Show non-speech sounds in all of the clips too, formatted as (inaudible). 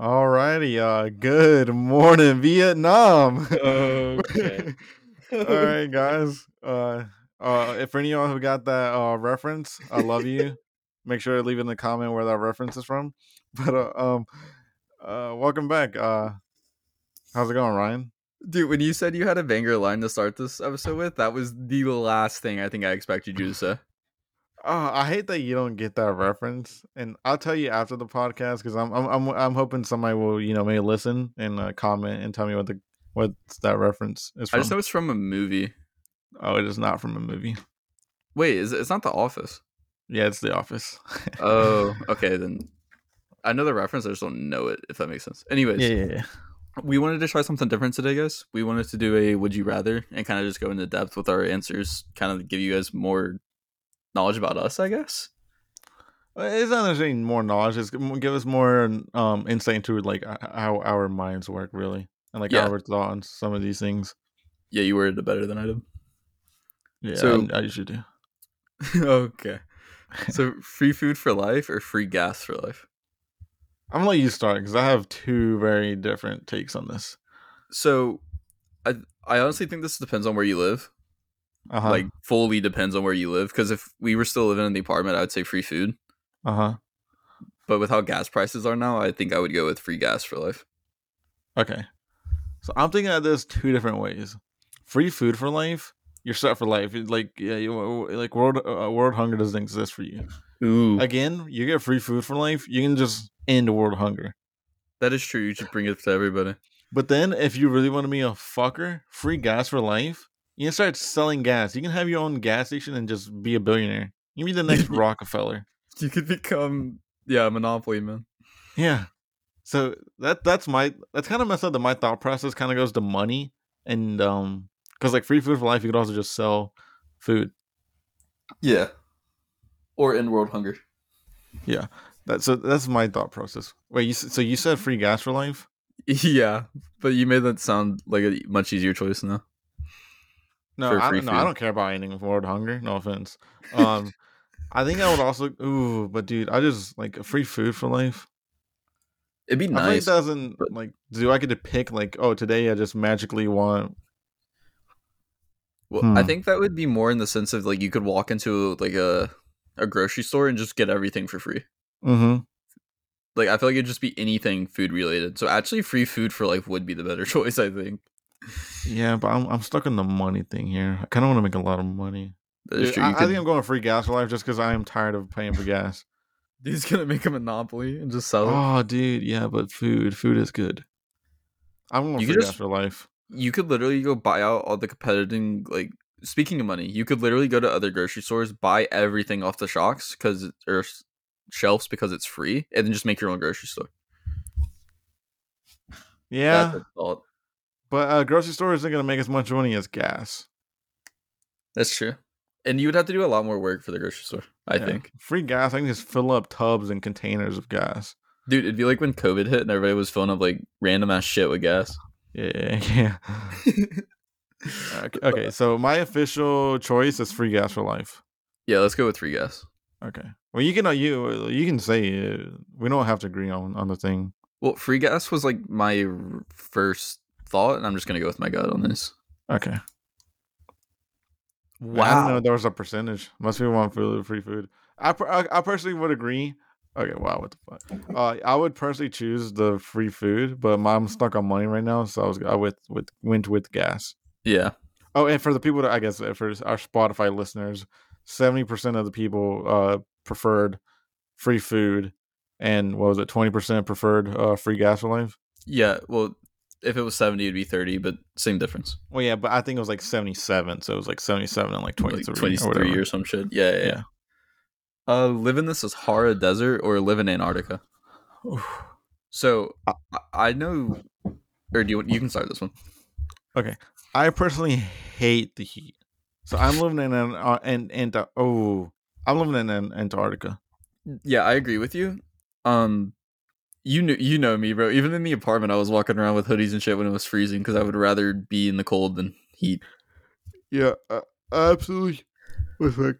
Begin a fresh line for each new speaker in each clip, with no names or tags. All righty, y'all. Good morning, Vietnam.
(laughs) Okay.
(laughs) All right, guys. Uh, uh, if any of y'all who got that uh, reference, I love you. Make sure to leave in the comment where that reference is from. (laughs) But uh, um, uh, welcome back. Uh, how's it going, Ryan?
Dude, when you said you had a banger line to start this episode with, that was the last thing I think I expected you
(laughs)
to say.
Uh, I hate that you don't get that reference, and I'll tell you after the podcast because I'm, I'm I'm I'm hoping somebody will you know maybe listen and uh, comment and tell me what the what's that reference is
I
from.
just know it's from a movie.
Oh, it is not from a movie.
Wait, is it, it's not
(laughs)
The Office?
Yeah, it's The Office. (laughs)
Oh, okay then. I know the reference, I just don't know it. If that makes sense. Anyways,
yeah, yeah, yeah.
we wanted to try something different today, guys. We wanted to do a "Would you rather" and kind of just go into depth with our answers, kind of give you guys more knowledge about us, I guess.
Uh, It's not necessarily more knowledge. It's g- m- give us more um insight into like h- how our minds work, really, and like
Yeah.
our thoughts on some of these things.
Yeah, you worded it better than I did. (laughs)
Yeah,
So-
I'm- I usually do.
okay. So, free food for life or free gas for life?
I'm gonna let you start because I have two very different takes on this.
So, I I honestly think this depends on where you live.
Uh huh.
Like, fully depends on where you live. Because if we were still living in the apartment, I would say free food.
uh huh.
But with how gas prices are now, I think I would go with free gas for life.
Okay. So I'm thinking of this two different ways. Free food for life. You're set for life. It- Like yeah, you, like world uh, world hunger doesn't exist for you.
Ooh,
Again, you get free food for life. You can just end world hunger.
that is true. You should bring it to everybody. (laughs)
But then, if you really want to be a fucker, free gas for life, you can start selling gas. You can have your own gas station and just be a billionaire. You can be the
(laughs)
next Rockefeller.
You could become yeah, monopoly man.
Yeah. So that that's my that's kind of messed up. That my thought process kind of goes to money and um because like free food for life, you could also just sell food.
Yeah, or end world hunger.
That so that's my thought process. Wait, you s- so you said free gas for life?
(laughs) Yeah, but you made that sound like a much easier choice now.
No,
For
I,
free
no, I
food.
don't care about ending world hunger. No offense. Um, I think I would also. Ooh, but dude, I just like free food for life.
It'd be
I feel like it
nice.
doesn't
but-
like do I get to pick like oh today I just magically want
Well, I
Hmm.
think that would be more in the sense of like you could walk into like a a grocery store and just get everything for free.
mm-hmm.
Like I feel like it'd just be anything food related. So actually, free food for life would be the better (laughs) choice. I think.
yeah but I'm I'm stuck on the money thing here I kind of want to make a lot of money
That is
Dude,
true.
I,
You
I
could, (laughs)
think I'm going free gas for life just because I am tired of paying for gas
he's gonna make a monopoly and just sell it.
(laughs) oh dude yeah but food food is good I'm going
You
free
could
gas
just-
for life
you could literally go buy out all the competing like speaking of money you could literally go to other grocery stores buy everything off the shocks because or s- shelves because it's free and then just make your own grocery store
yeah
That's a thought.
but uh, grocery store isn't gonna make as much money as gas
that's true and you would have to do a lot more work for the grocery store i
Yeah.
think
free gas I can just fill up tubs and containers of gas
dude it'd be like when covid hit and everybody was filling up like random ass shit with gas
yeah (laughs) yeah okay, okay so my official choice is free gas for life.
yeah let's go with free gas
Okay. Well, you can uh, you you can say it. we don't have to agree on on the thing.
well free gas was like my r- first thought and i'm just gonna go with my gut on this
Okay. I didn't know there was a percentage. Most people want food, free food. I, per- I I personally would agree. Okay. Wow. What the fuck? Uh, I would personally choose the free food, but my- I'm stuck on money right now, so I was I with with went with gas.
yeah
Oh, and for the people that I guess uh, for our Spotify listeners, seventy percent of the people uh preferred free food, and what was it? Twenty percent preferred uh free gas for life.
Yeah, well, if it was 70, it'd be 30, but same difference.
Well, yeah, but I think it was like 77. So it was like 77 and like
Like
23. or
23
whatever.
or some shit. Yeah, yeah,
Yeah.
yeah. Uh, live in the Sahara Desert or live in Antarctica?
Oof.
So I, I know, or do you, you can start this one.
I personally hate the heat. So I'm living in an uh, and and uh, oh, I'm living in an Antarctica.
Yeah, I agree with you. Um, you know, you know me, bro. Even in the apartment, I was walking around with hoodies and shit when it was freezing because I would rather be in the cold than heat.
Yeah, uh, absolutely. Wait a sec.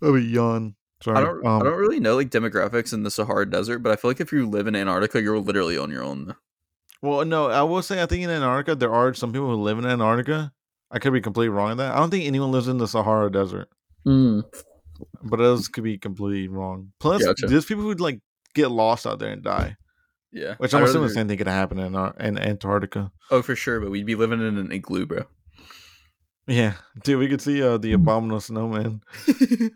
Let me yawn. Sorry.
I don't. I don't really know like demographics in the Sahara Desert, but I feel like if you live in Antarctica, you're literally on your own.
Well, no, I will say I think in Antarctica there are some people who live in Antarctica. I could be completely wrong on that. I don't think anyone lives in the Sahara Desert, but those could be completely wrong. Plus,
Mm-hmm. Gotcha.
there's people who like get lost out there and die,
Yeah,
which
I'd
I'm
rather-
assuming the same thing could happen in Ar- in Antarctica.
Oh, for sure, but we'd be living in an igloo, bro. (laughs)
Yeah, dude, we could see uh,
Mm-hmm.
the abominable snowman.
and
That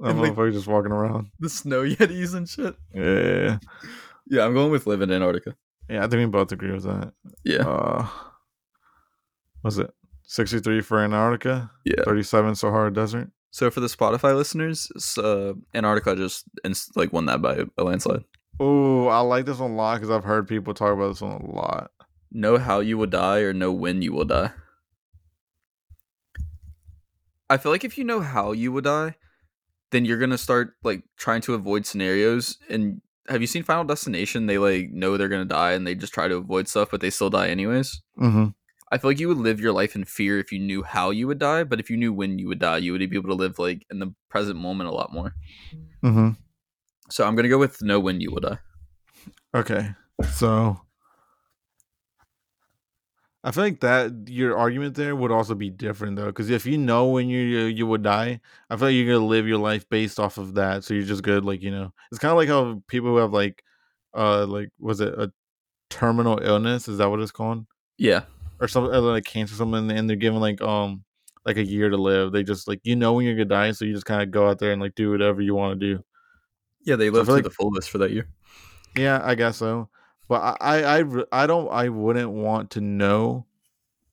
like
motherfucker just walking around.
the snow yetis and shit.
Yeah,
Yeah, I'm going with living in Antarctica.
yeah, I think we both agree with that.
Yeah,
Uh, was it 63 for Antarctica?
yeah.
37 Sahara Desert.
So for the Spotify listeners, s- uh, Antarctica just ins- like won that by a landslide.
Oh, I like this one a lot because I've heard people talk about this one a lot.
Know how you will die or know when you will die. I feel like if you know how you will die, then you're gonna start like trying to avoid scenarios. And have you seen Final Destination? They like know they're gonna die and they just try to avoid stuff, but they still die anyways.
Mm-hmm.
I feel like you would live your life in fear if you knew how you would die, but if you knew when you would die, you would be able to live like in the present moment a lot more.
Mm-hmm.
So I'm gonna go with know when you will die.
Okay, so I feel like that your argument there would also be different though, because if you know when you you you would die, I feel like you're gonna live your life based off of that. So you're just good, like you know, it's kind of like how people who have like, uh, like was it a terminal illness? Is that what it's called?
Yeah.
or something or like cancer someone and they're given like um like a year to live they just like you know when you're gonna die so you just kind of go out there and like do whatever you want to do
Yeah, they
So I
lived
feel
to
like-
the fullest for that year.
yeah i guess so but i i i, re- I don't i wouldn't want to know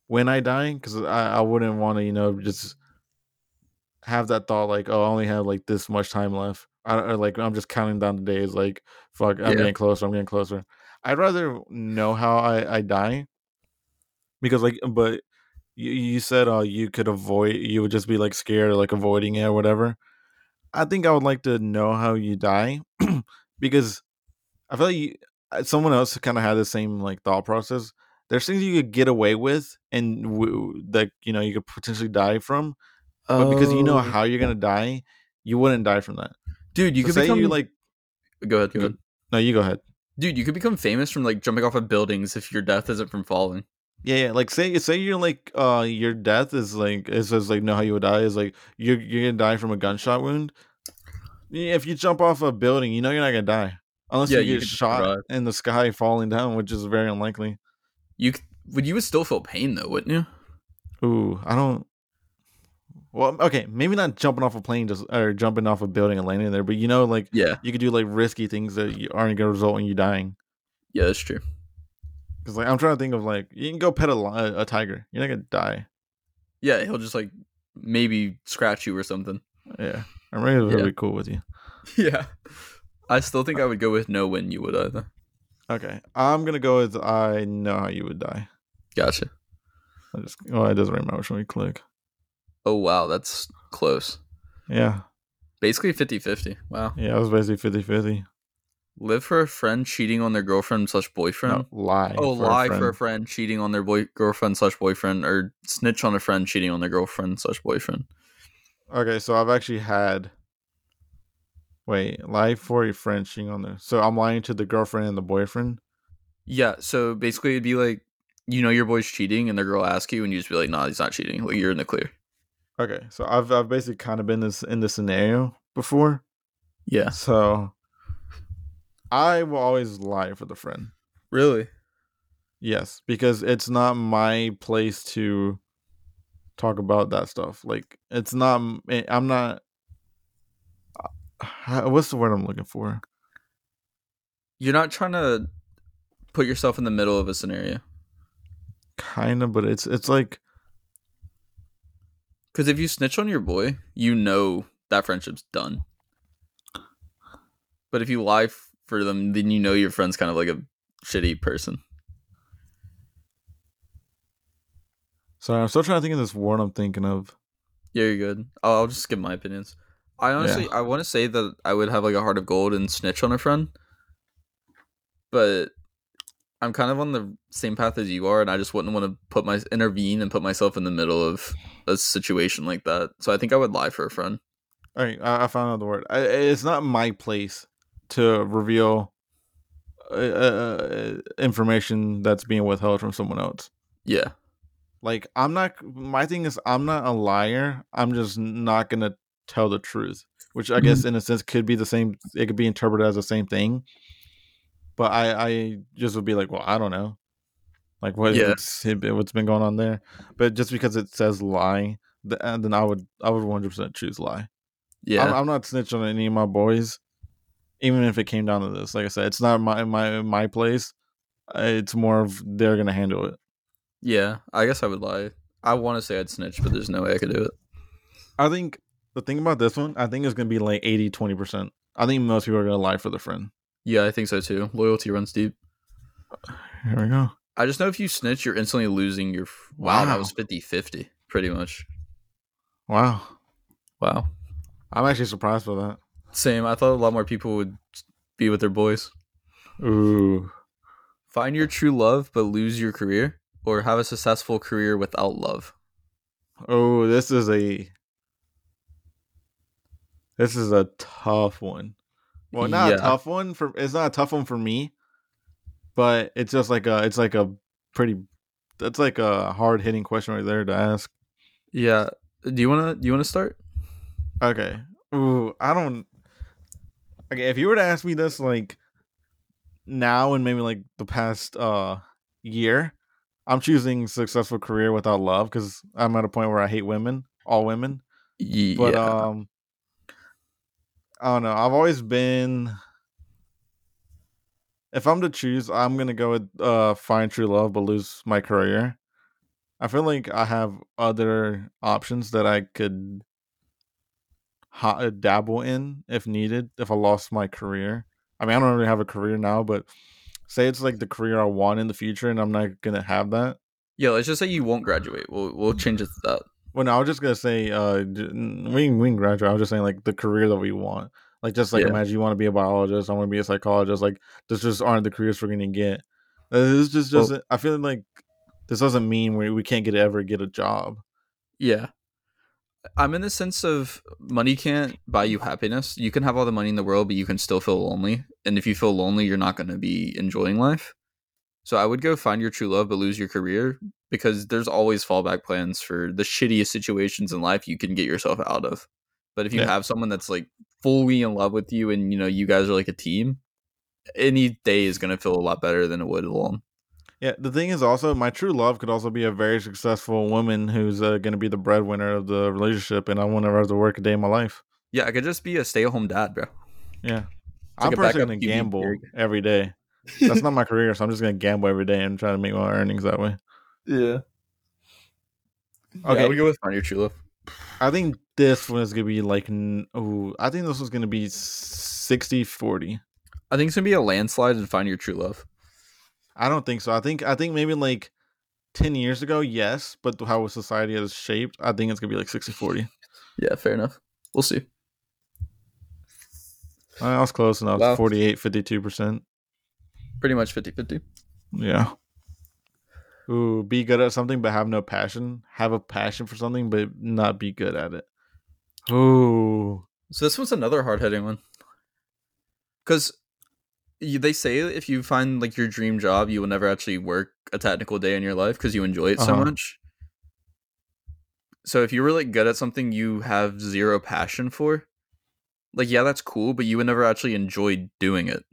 when i die because i i wouldn't want to you know just have that thought like oh i only have like this much time left I, or like i'm just counting down the days like fuck i'm
Yeah.
getting closer i'm getting closer i'd rather know how i i die because like but you, you said uh you could avoid you would just be like scared or like avoiding it or whatever i think i would like to know how you die (clears throat) because i feel like you, uh, someone else kind of had the same like thought process there's things you could get away with and w- that you know you could potentially die from but because you know
Oh.
how you're gonna die you wouldn't die from that
dude, you
So
could
say
become
you like
Go ahead, go
Go-
ahead.
no you go ahead
Dude, you could become famous from like jumping off of buildings if your death isn't from falling.
Yeah, yeah. Like say say you're like uh your death is like it says like know how you would die is like you're you're gonna die from a gunshot wound. Yeah, If you jump off a building, you know you're not gonna die. Unless
Yeah,
you
you
get
could
shot
survive.
in the sky falling down, which is very unlikely.
You c- would you would still feel pain though, wouldn't you?
Ooh, I don't well, okay, maybe not jumping off a plane just or jumping off a building and landing there, but you know, like
Yeah.
you could do like risky things that you aren't gonna result in you dying.
Yeah, that's true.
Because like I'm trying to think of like you can go pet a, li- a tiger, you're not gonna die.
Yeah, he'll just like maybe scratch you or something. (laughs)
Yeah, I'm really
Yeah.
be cool with you.
yeah. I still think I would go with no when you would either.
Okay, I'm gonna go with I know how you would die.
Gotcha.
I just oh, it doesn't really matter which one we click.
Oh wow, that's close.
Yeah,
Basically 50-50. Wow.
yeah, it was basically 50 50.
Live for a friend cheating on their girlfriend slash boyfriend.
No, lie.
Oh,
for a
lie
friend.
for a friend cheating on their boy girlfriend slash boyfriend, or snitch on a friend cheating on their girlfriend slash boyfriend.
Okay, so I've actually had. Wait, lie for a friend cheating on there. So I'm lying to the girlfriend and the boyfriend.
Yeah, so basically it'd be like you know your boy's cheating, and their girl asks you, and you just be like, "Nah, he's not cheating. Like you're in the clear."
Okay, so I've I've basically kind of been this in this scenario before.
Yeah,
So I will always lie for the friend.
really.
Yes, because it's not my place to talk about that stuff. Like it's not m- eh, I'm not how- what's the word I'm looking for?
You're not trying to put yourself in the middle of a scenario
Kind of, but it's it's like
because if you snitch on your boy, you know that friendship's done. But if you lie f- for them, then you know your friend's kind of like a shitty person.
sorry, I'm still trying to think of this word I'm thinking of.
Yeah, you're good. I'll, I'll just give my opinions. I honestly, I want to say that I would have like a heart of gold and snitch on a friend, but I'm kind of on the same path as you are, and I just wouldn't want to put my intervene and put myself in the middle of a situation like that. So I think I would lie for a friend.
All right, I, I found out the word. I, it's not my place to reveal uh, uh, information that's being withheld from someone else.
Yeah.
Like I'm not. My thing is, I'm not a liar. I'm just not gonna tell the truth, which I guess in a sense could be the same. It could be interpreted as the same thing. But I, I just would be like, well, I don't know, like what,
Yeah.
what's, what's been going on there. But just because it says lie, th- and then I would, I would 100 percent choose lie.
Yeah.
I'm, I'm not snitching on any of my boys, even if it came down to this. Like I said, it's not my my my place. Uh, It's more of they're gonna handle it.
yeah. I guess I would lie. I want to say I'd snitch, but there's no way I could do it.
I think the thing about this one, I think it's gonna be like 80 20 percent. I think most people are gonna lie for the friend.
Yeah, I think so too. Loyalty runs deep.
Here we go.
I just know if you snitch, you're instantly losing your. f- Wow, that
Wow.
was 50 50, pretty much.
Wow,
Wow.
I'm actually surprised by that.
Same. I thought a lot more people would be with their boys.
Ooh,
Find your true love, but lose your career, or have a successful career without love.
oh, this is a this is a tough one. Well, not
Yeah.
a tough one for it's not a tough one for me, but it's just like a it's like a pretty that's like a hard hitting question right there to ask.
Yeah. Do you wanna? Do you wanna start?
Okay. Ooh, I don't. Okay, if you were to ask me this like now and maybe like the past uh year, I'm choosing successful career without love because I'm at a point where I hate women, all women.
Ye-
But
yeah.
um, I don't know. I've always been. If I'm to choose, I'm gonna go with uh, find true love, but lose my career. I feel like I have other options that I could ho- dabble in if needed. If I lost my career, I mean, I don't really have a career now, but say it's like the career I want in the future, and I'm not gonna have that.
yeah. Let's just say you won't graduate. We'll we'll change it to that.
Well, no, I was just gonna say, uh, d- n- we can, we can graduate. I was just saying, like the career that we want, like just like
Yeah.
imagine you want to be a biologist, I want to be a psychologist. Like, this just aren't the careers we're gonna get. Uh, This just
Well-
doesn't. I feel like this doesn't mean we we can't get ever get a job.
Yeah. I'm in the sense of money can't buy you happiness. You can have all the money in the world, but you can still feel lonely. And if you feel lonely, you're not going to be enjoying life. So I would go find your true love, but lose your career because there's always fallback plans for the shittiest situations in life you can get yourself out of. But if you
Yeah.
have someone that's like fully in love with you and you know you guys are like a team, any day is going to feel a lot better than it would alone.
Yeah, the thing is also my true love could also be a very successful woman who's uh, gonna be the breadwinner of the relationship, and I won't ever have to work a day in my life.
Yeah, I could just be a stay-at-home dad, bro.
Yeah,
like
I'm
a
personally
backup
gonna
QB
gamble
theory.
every day. That's not my career, so I'm just gonna gamble every day and try to make my earnings that way.
Yeah.
Okay.
Okay, we go with find your true love.
I think this one is gonna be like oh, I think this was gonna be 60 40.
I think it's gonna be a landslide and find your true love.
I don't think so. I think I think maybe like 10 years ago, yes, but how society is shaped, I think it's gonna be like 60 40.
Yeah, fair enough. We'll see.
I was close enough.
Wow.
48 52%.
Pretty much 50 50.
Yeah. Ooh, be good at something but have no passion. Have a passion for something but not be good at it. Ooh.
So this one's another hard hitting one. Because they say if you find like your dream job, you will never actually work a technical day in your life because you enjoy it so
Uh-huh.
much. So if you were like good at something you have zero passion for, like yeah, that's cool, but you would never actually enjoy doing it.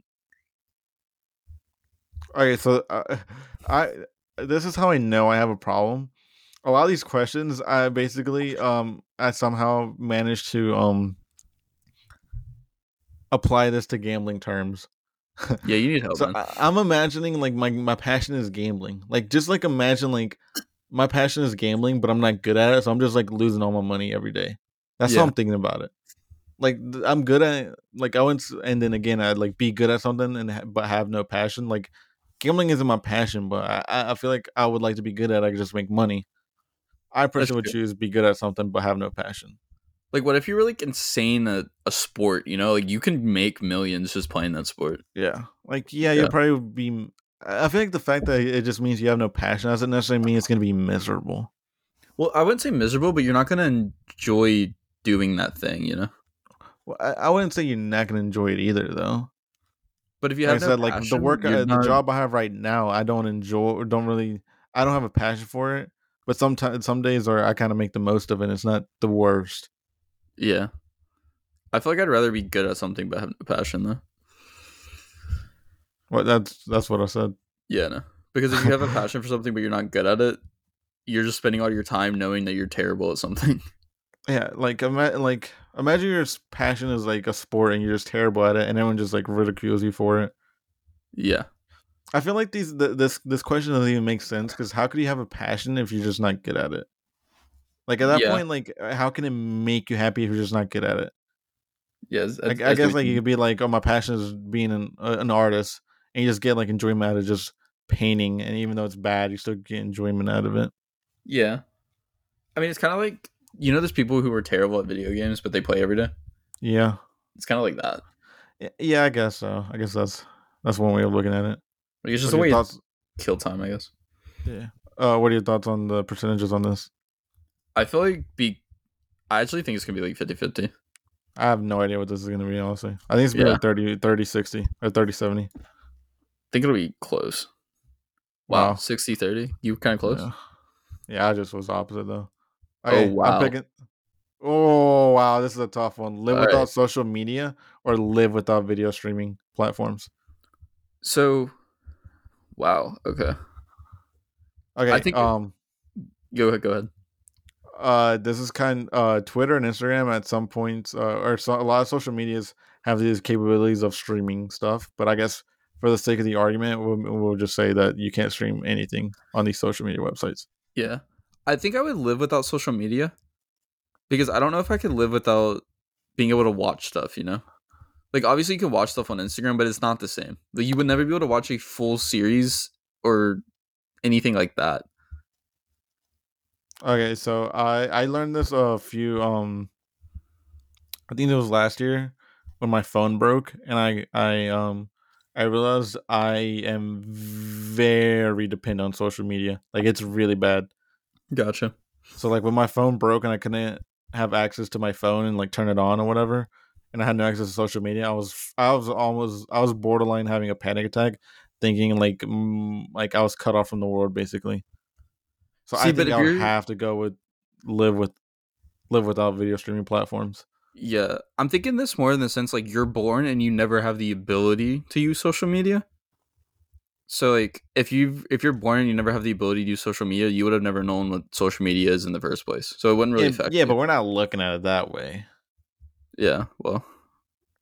Okay, so uh, (laughs) I this is how I know I have a problem. A lot of these questions, I basically um I somehow managed to um apply this to gambling terms.
Yeah, you need help,
so
man.
I, I'm imagining like my my passion is gambling. Like just like imagine like my passion is gambling, but I'm not good at it, so I'm just like losing all my money every day. That's how
Yeah.
I'm thinking about it. Like th- I'm good at like I went s- and then again I'd like be good at something and ha- but have no passion. Like gambling isn't my passion, but I- I I feel like I would like to be good at. it. I could just make money. I personally would
good.
choose be good at something but have no passion.
Like, what if you were like insane at a sport? You know, like you can make millions just playing that sport.
Yeah, like yeah,
Yeah.
you'll probably would be. m- I I feel like the fact that it just means you have no passion doesn't necessarily mean it's gonna be miserable.
Well, I wouldn't say miserable, but you're not gonna enjoy doing that thing, you know?
Well, I, I wouldn't say you're not gonna enjoy it either, though.
But if you
like
have
I
no
said, like the
passion,
work,
you're
uh, the
not-
job I have right now, I don't enjoy, or don't really, I don't have a passion for it. But sometimes, some days, or I kind of make the most of it. It's not the worst.
Yeah. I feel like I'd rather be good at something but have no passion though.
Well, that's that's what I said.
Yeah, no. Because if you (laughs) have a passion for something but you're not good at it, you're just spending all your time knowing that you're terrible at something.
Yeah, like ima- like imagine your s- passion is like a sport and you're just terrible at it, and everyone just like ridicules you for it.
(laughs) Yeah.
I feel like these th- this this question doesn't even make sense because how could you have a passion if you're just not good at it? Like at that
Yeah.
point, like uh, how can it make you happy if you're just not good at it?
Yeah. it's-
Like, I,
see
guess
what
like
you
you could be like, oh, my passion is being an uh, an artist, and you just get like enjoyment out of just painting, and even though it's bad, you still get enjoyment out of it.
Yeah. I mean, it's kind of like you know, there's people who are terrible at video games, but they play every day.
Yeah,
It's kind of like that.
Y- yeah, I guess so. I guess that's that's one way of looking at it.
Like, it's
What
just
are
a
your
way to
thoughts?
kill time, I guess.
Yeah. Uh, what are your thoughts on the percentages on this?
I feel like be. I actually think it's gonna be like 50 50.
I have no idea what this is going to be, honestly. I think it's going to be
Yeah.
like 30, 30, 60, or 30, 70.
think it'll be close. Wow,
Wow.
60 30. You were kind of close.
Yeah. Yeah, I just was opposite, though.
Oh,
Okay, I'm
wow.
picking- Oh, wow. This is a tough one. Live
All right.
without social media or live without video streaming platforms.
So, wow. Okay.
Okay.
think-
um,
Go ahead. Go ahead.
uh this is kind uh twitter and instagram at some points uh, or so, a lot of social medias have these capabilities of streaming stuff but i guess for the sake of the argument we'll, we'll just say that you can't stream anything on these social media websites
Yeah. I think I would live without social media because I don't know if I could live without being able to watch stuff, you know? Like, obviously, you can watch stuff on Instagram, but it's not the same. Like, you would never be able to watch a full series or anything like that.
okay so i i learned this a few um i think it was last year when my phone broke and i i um i realized i am very dependent on social media like it's really bad
Gotcha.
So like when my phone broke and I couldn't have access to my phone and like turn it on or whatever, and I had no access to social media, I was I was almost I was borderline having a panic attack, thinking like mm, like I was cut off from the world basically. So
See,
I
but
think
if
I would
you're-
have to go with live with live without video streaming platforms.
Yeah. I'm thinking this more in the sense like you're born and you never have the ability to use social media. So like if you've if you're born and you never have the ability to use social media, you would have never known what social media is in the first place. So it wouldn't really
Yeah,
affect
yeah,
you.
but we're not looking at it that way.
yeah, well.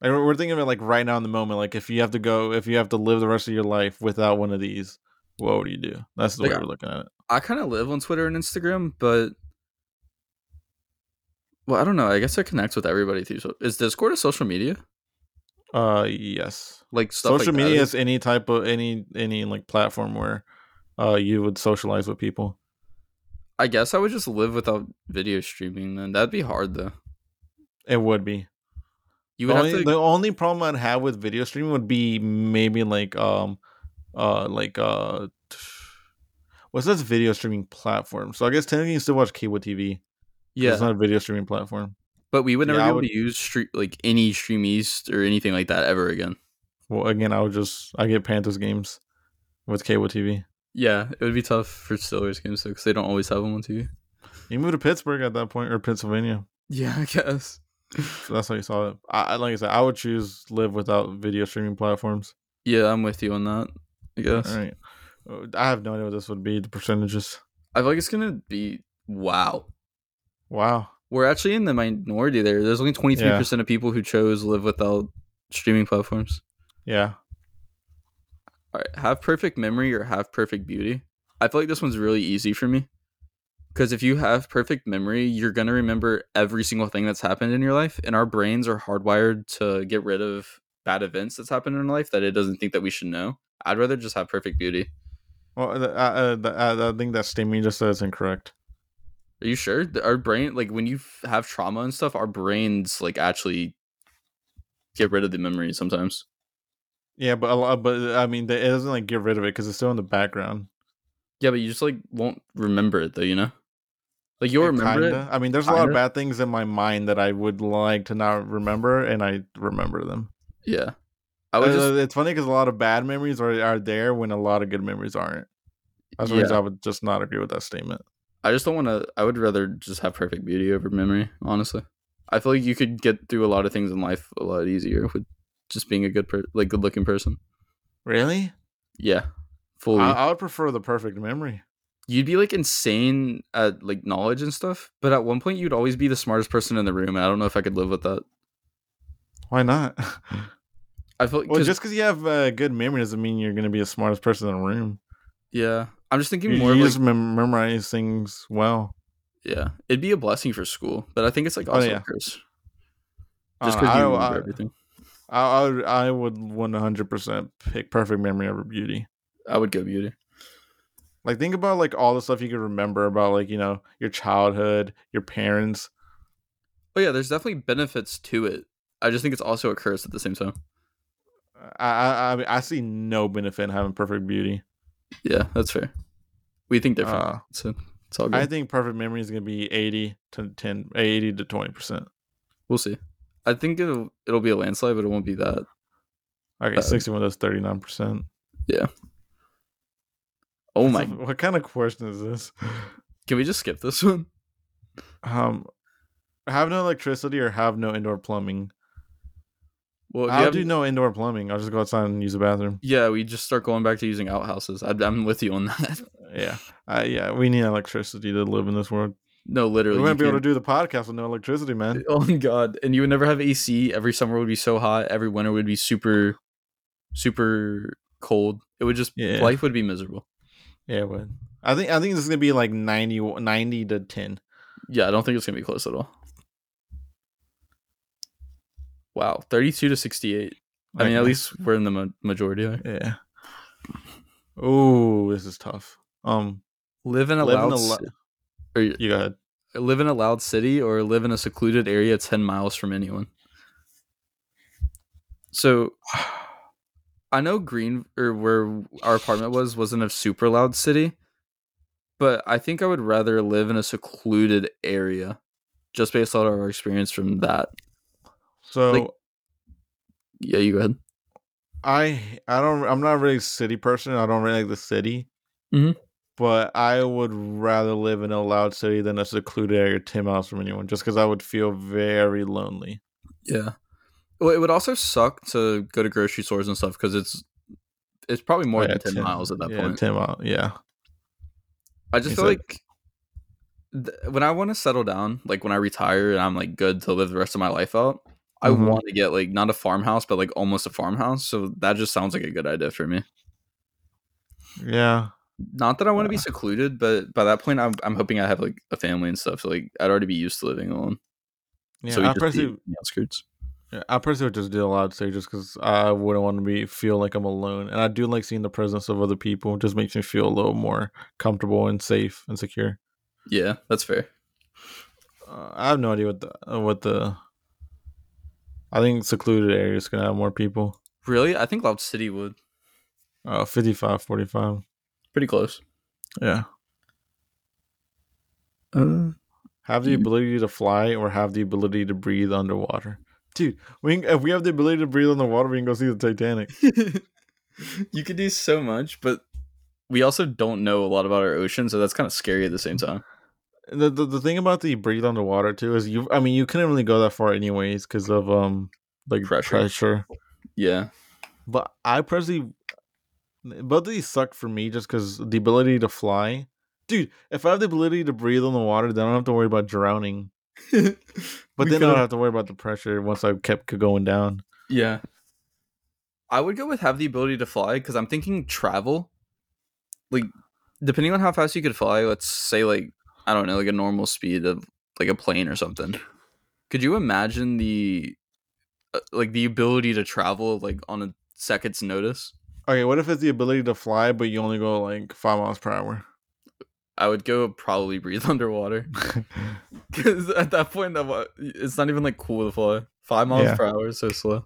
Like we're we're thinking of it like right now in the moment. Like if you have to go, if you have to live the rest of your life without one of these, what would you do? That's the
Like,
way
I-
we're looking at it.
I kind of live on Twitter and Instagram, but well, I don't know. I guess I connect with everybody through. So- is Discord a social media?
Uh, yes.
Like stuff
social
like
media
that.
is any type of any any like platform where uh you would socialize with people
I guess I would just live without video streaming. Then that'd be hard though.
it would be
You
the
would
only,
have to.
Oh, the only problem i'd have with video streaming would be maybe like um uh like uh t- what's this video streaming platform so i guess technically you still watch cable tv 'cause
yeah,
it's not a video streaming platform
but we would never
yeah,
be
I
able
would-
to use street like any Stream East or anything like that ever again.
well again i would just i get panthers games with cable tv
Yeah, it would be tough for Steelers games though, because they don't always have them on TV.
you moved to pittsburgh at that point or pennsylvania
Yeah, I guess.
so that's how you saw it I, I- like i said i would choose live without video streaming platforms
yeah, I'm with you on that. I guess.
All right. Uh, I have no idea what this would be. The percentages.
I feel like it's gonna be wow.
Wow.
we're actually in the minority there. There's only 23% of people who chose live without streaming platforms.
Yeah.
All right, have perfect memory or have perfect beauty? I feel like this one's really easy for me. Cuz if you have perfect memory, you're going to remember every single thing that's happened in your life and our brains are hardwired to get rid of bad events that's happened in our life that it doesn't think that we should know. I'd rather just have perfect beauty.
Well, uh, uh, uh, uh, I think that statement you just said is incorrect.
Are you sure? Th- Our brain like when you f- have trauma and stuff, our brains like actually get rid of the memory sometimes.
Yeah, but a lot, but uh, I mean, that- it doesn't like get rid of it because it's still in the background.
Yeah, but you just like won't remember it though, you know? Like you'll remember it.
Kinda. I mean, there's a lot of
Kinda.
bad things in my mind that I would like to not remember, and I remember them.
Yeah. I would
Uh,
just
it's funny because a lot of bad memories are, are there when a lot of good memories aren't. That's the
Yeah.
reason I would just not agree with that statement.
I just don't want to. I would rather just have perfect beauty over memory, honestly. I feel like you could get through a lot of things in life a lot easier with just being a good, per- like, good looking person.
Really?
Yeah, fully.
I, I would prefer the perfect memory.
you'd be like insane at like knowledge and stuff, but at one point you'd always be the smartest person in the room. And I don't know if I could live with that.
Why not? (laughs)
I feel
well,
cause,
just because you have uh, good memory doesn't mean you're going to be the smartest person in the room.
yeah. I'm just
You,
thinking more
you
of like
just mem- memorize things well.
yeah, it'd be a blessing for school, but I think it's like also
Oh, yeah.
a curse.
Uh, I
Just
don't know,
because you
I,
remember
I-
everything,
I, I, would- I would 100% pick perfect memory over beauty.
I would go beauty.
Like think about like all the stuff you could remember about like you know your childhood, your parents.
But yeah, there's definitely benefits to it. I just think it's also a curse at the same time.
I I I, mean, I see no benefit in having perfect beauty.
Yeah, that's fair. We think different,
Uh,
so it's all good.
I think perfect memory is gonna be eighty to 10, 80 to twenty percent.
we'll see. I think it'll it'll be a landslide, but it won't be that.
Okay,
Uh,
sixty one does thirty nine percent. (laughs)
Oh my!
What kind of question is this?
Can we just skip this one?
Um, have no electricity or have no indoor plumbing.
Well, if you
How
have-
do you know indoor plumbing? I'll just go outside and use the bathroom.
Yeah, we just start going back to using outhouses. I, I'm with you on (laughs) that.
Yeah, uh, yeah, we need electricity to live in this world.
No, literally.
we
you
wouldn't be able to
can't-
do the podcast with no electricity, man.
(laughs) Oh my god! And you would never have AC. Every summer would be so hot. Every winter would be super, super cold. It would just
Yeah.
life would be miserable.
Yeah, it would. I think I think this is gonna be like 90, 90 to ten.
Yeah, I don't think it's gonna be close at all. Wow, thirty-two to sixty-eight. I mean, at
Okay.
least we're in the ma- majority. There.
yeah. Oh, this is tough. Um,
Live in a
Live in
loud,
a lo-
ci- or y-
you go ahead.
live in a loud city, or live in a secluded area ten miles from anyone. So I know Green or where our apartment was wasn't a super loud city, but I think I would rather live in a secluded area, just based on our experience from that.
So
Like- Yeah, you go ahead.
I I don't I'm not really a city person. I don't really like the city.
Mhm.
But I would rather live in a loud city than a secluded area ten miles from anyone, just because I would feel very lonely.
Yeah. Well, it would also suck to go to grocery stores and stuff because it's it's probably more
Oh, Yeah,
than ten, miles at that
yeah,
point.
Ten miles, yeah.
I just
It's
feel
like-
like th- when I want to settle down, like when I retire and I'm like good to live the rest of my life out, I
Mhm.
want to get like not a farmhouse, but like almost a farmhouse. So that just sounds like a good idea for me.
Yeah.
Not that I want to be
Yeah.
secluded, but by that point, I'm, I'm hoping I have like a family and stuff. So like I'd already be used to living alone.
Yeah.
so
I
we'd just be
personally
on the outskirts.
Yeah, I personally would just do a lot of say just because I wouldn't want to be feel like I'm alone, and I do like seeing the presence of other people. It just makes me feel a little more comfortable and safe and secure.
Yeah, that's fair.
Uh, I have no idea what the uh, what the. I think secluded areas gonna have more people.
Really, I think Loud City would
Uh, 55, 45.
pretty close.
Yeah.
Uh,
Have the
Mm.
ability to fly or have the ability to breathe underwater. Dude, we can, if we have the ability to breathe underwater, we can go see the Titanic.
(laughs) you could do so much, but we also don't know a lot about our ocean, so that's kind of scary at the same time.
the, the the thing about the breathe underwater too is you. I mean, you couldn't really go that far anyways because of um like
Pressure.
pressure.
Yeah,
But I personally, both of these suck for me just because the ability to fly, dude. If I have the ability to breathe on the water, then I don't have to worry about drowning.
but
But then I don't have to worry about the pressure once I kept going down.
yeah, I would go with have the ability to fly because I'm thinking travel. Like, depending on how fast you could fly, let's say like I don't know, like a normal speed of like a plane or something. Could you imagine the uh, like the ability to travel like on a second's notice?
Okay, what if it's the ability to fly, but you only go like five miles per hour?
(laughs) I would go probably breathe (laughs) underwater. Because at that point, I'm, uh, it's not even like cool to fly. Five miles
Yeah.
per hour is so slow.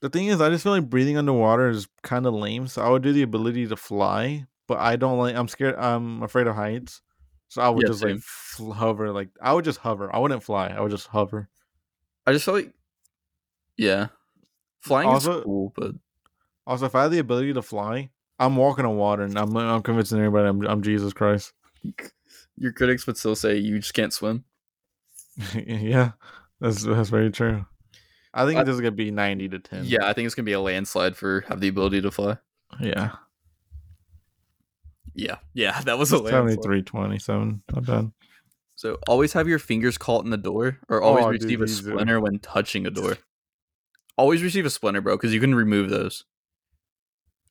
The thing is, I just feel like breathing underwater is kind of lame. So I would do the ability to fly, but I don't like. I'm scared. I'm afraid of heights. So I would
Yeah,
just
same.
like fl- hover. Like I would just hover. I wouldn't fly. I would just hover.
I just felt like, yeah, flying
Also-
is cool, but
Also, if I had the ability to fly, I'm walking on water, and I'm I'm convincing everybody I'm I'm Jesus Christ. (laughs)
(laughs) your critics would still say you just can't swim.
yeah, that's that's very true. I think
I-
this is gonna be ninety to ten.
Yeah, I think it's gonna be a landslide for have the ability to fly.
(laughs) yeah,
Yeah, yeah, (laughs) that was a landslide.
73, 27. Not bad.
So always have your fingers caught in the door, or always
Oh, dude,
receive a
these are-
splinter when touching a door. Always receive a splinter, bro, because you can remove those.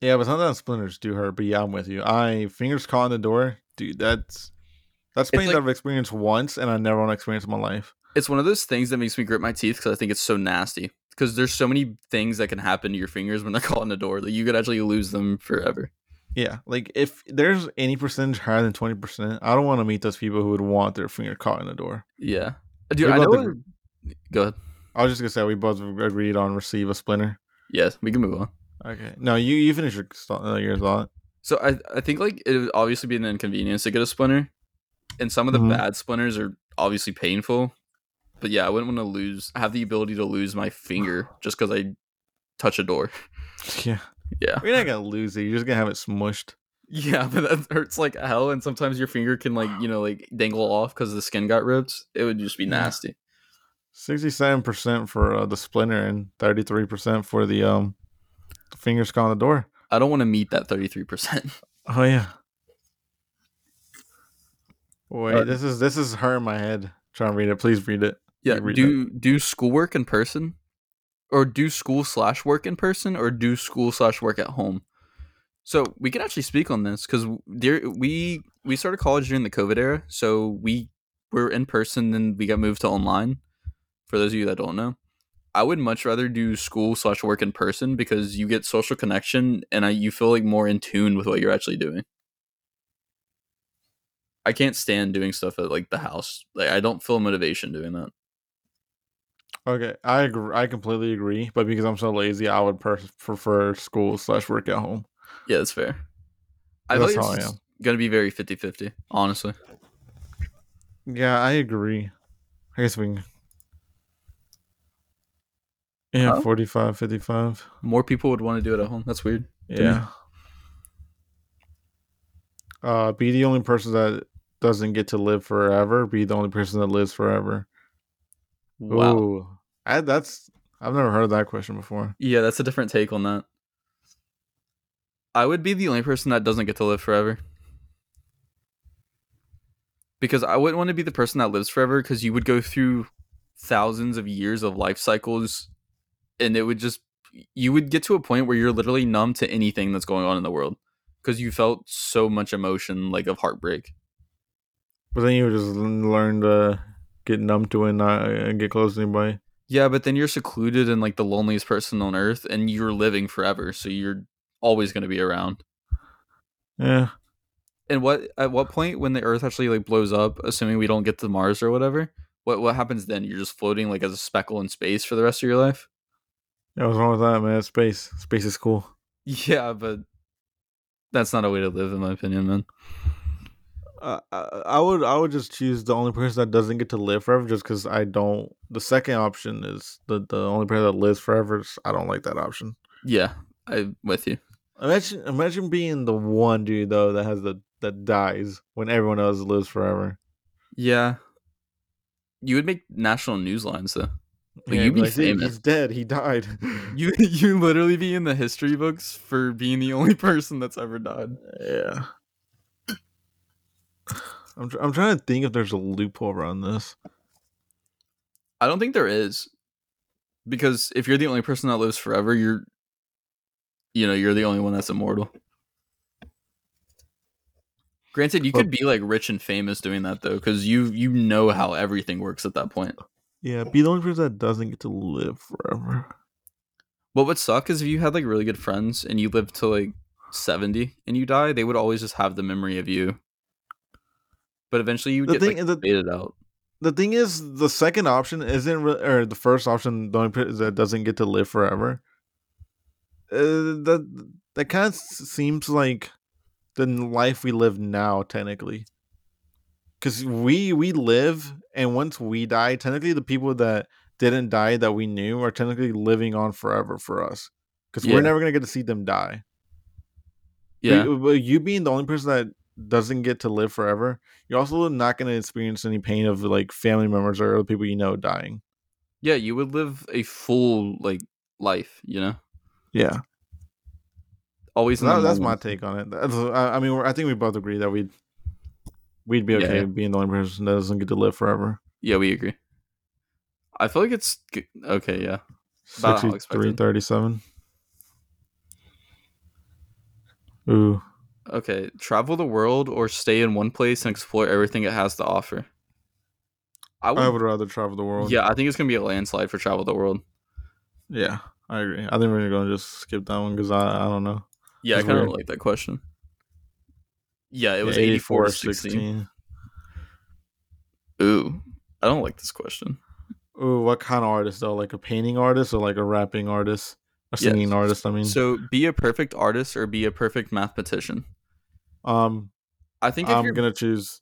Yeah, but sometimes splinters do hurt. But yeah, I'm with you. I fingers caught in the door, dude. That's that's pain
like-
that I've experienced once, and I never want to experience in my life.
It's one of those things that makes me grit my teeth because I think it's so nasty. Because there's so many things that can happen to your fingers when they're (laughs) caught in a door that you could actually lose them forever.
Yeah, like if there's any percentage higher than twenty percent, I don't want to meet those people who would want their finger caught in the door.
Yeah, dude,
What
I know.
about the
what- Go ahead.
I was just gonna say we both agreed on receive a splinter.
Yes, we can move on.
Okay, no, you you finish your st- uh, your thought.
So I I think like it would obviously be an inconvenience to get a splinter, and some of the
Mhm.
bad splinters are obviously painful. But yeah, I wouldn't want to lose have the ability to lose my finger just because I touch a door.
(laughs)
(laughs)
Yeah,
Yeah,
you're not gonna lose it. You're just gonna have it smushed.
yeah, but that hurts like hell, and sometimes your finger can like you know like dangle off because the skin got ripped. It would just be
Yeah.
nasty.
Sixty-seven percent for uh, the splinter and thirty-three percent for the um fingers caught in the door.
I don't want to meet that thirty three percent.
Oh yeah. Wait,
Uh,
this is this is her in my head. Try and read it. Please read it.
Yeah,
You read
do do schoolwork in person, or do school slash work in person, or do school slash work at home. So we can actually speak on this because we we started college during the COVID era, so we were in person, then we got moved to online. For those of you that don't know, I would much rather do school slash work in person because you get social connection and I, you feel like more in tune with what you're actually doing. I can't stand doing stuff at like the house. Like I don't feel motivation doing that.
Okay, I agree. I completely agree. But because I'm so lazy, I would pers- prefer school slash work at home.
Yeah, that's fair. I
That's
think
how I
it's just gonna be very 50-50, honestly.
Yeah, I agree. I guess we can. Yeah,
Huh?
forty-five, fifty-five. 45, 55.
More people would want to do it at home. That's weird. me.
Yeah. Uh, be the only person that doesn't get to live forever. Be the only person that lives forever.
Wow.
Ooh, I, that's I've never heard of that question before.
Yeah, that's a different take on that. I would be the only person that doesn't get to live forever. Because I wouldn't want to be the person that lives forever because you would go through thousands of years of life cycles and it would just you would get to a point where you're literally numb to anything that's going on in the world because you felt so much emotion like of heartbreak.
But then you would just learn to get numb to it and not and get close to anybody.
Yeah, but then you're secluded and like the loneliest person on earth and you're living forever, so you're always going to be around.
Yeah.
And what at what point when the earth actually like blows up, assuming we don't get to Mars or whatever, what what happens then? You're just floating like as a speckle in space for the rest of your life? (laughs)
Yeah, what's wrong with that, man? Space. Space is cool.
Yeah, but that's not a way to live in my opinion, man.
Uh, I, I would I would just choose the only person that doesn't get to live forever just because I don't. The second option is the the only person that lives forever. is- I don't like that option.
Yeah, I'm with you.
Imagine imagine being the one dude though that has the that dies when everyone else lives forever.
Yeah. You would make national news lines though. (laughs) Well,
Yeah,
you'd
be
be
"Dude,
famous."
He's dead. He died.
(laughs)
(laughs)
You you literally be in the history books for being the only (laughs) person that's ever died.
yeah. I'm tr- I'm trying to think if there's a loophole around this.
I don't think there is. Because if you're the only person that lives forever, you're you know, you're the only one that's immortal. Granted, you could be like rich and famous doing that though, because you you know how everything works at that point.
Yeah, be the only person that doesn't get to live forever.
What would suck is if you had like really good friends and you lived to like seventy and you die, they would always just have the memory of you. But eventually you would
The
get
thing
like,
is that-
faded out.
the thing is the second option isn't re- or the first option the only pe- that doesn't get to live forever uh, that that kind of seems like the n- life we live now technically because we we live, and once we die, technically the people that didn't die that we knew are technically living on forever for us because
Yeah.
we're never gonna get to see them die.
Yeah.
You, but you being the only person that doesn't get to live forever, you're also not gonna experience any pain of like family members or other people you know dying.
yeah, you would live a full like life, you know?
Yeah,
Always
so
in the
that, that's my
moment.
take on it. That's, I, I mean, we're- I think we both agree that we'd we'd be
Yeah,
okay
yeah.
being the only person that doesn't get to live forever.
Yeah, we agree. I feel like it's g- okay, yeah. About how
Sixty-three
expected.
thirty-seven. Ooh,
Okay, travel the world or stay in one place and explore everything it has to offer. I would,
I would rather travel the world.
Oh. Yeah, I think it's going to be a landslide for travel the world.
yeah, I agree. I think we're gonna just skip that one because I, I don't know.
Yeah, I
It's
kind of
weird.
like that question. Yeah, it was 84 to 16. Ooh, I don't like this question.
Ooh, what kind of artist though? Like a painting artist or like a rapping artist, a
Yes.
singing artist? I mean,
So, be a perfect artist or be a perfect mathematician.
um,
I think if
I'm
you're
gonna choose.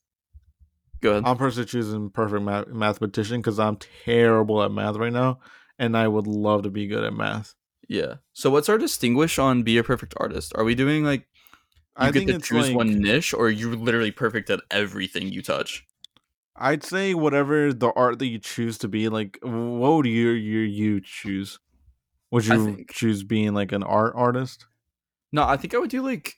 go ahead.
I'm personally choosing perfect math- mathematician because I'm terrible at math right now, and I would love to be good at math.
yeah. So, what's our distinguish on be a perfect artist? Are we doing like you
I
get
think
to
it's
choose
like,
one niche, or you're literally perfect at everything you touch?
I'd say whatever the art that you choose to be, like what would you you you choose? Would
I
you
think-
choose being like an art artist?
No, I think I would do like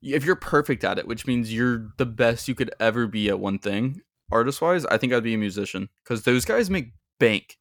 if you're perfect at it, which means you're the best you could ever be at one thing, artist wise. I think I'd be a musician because those guys make bank,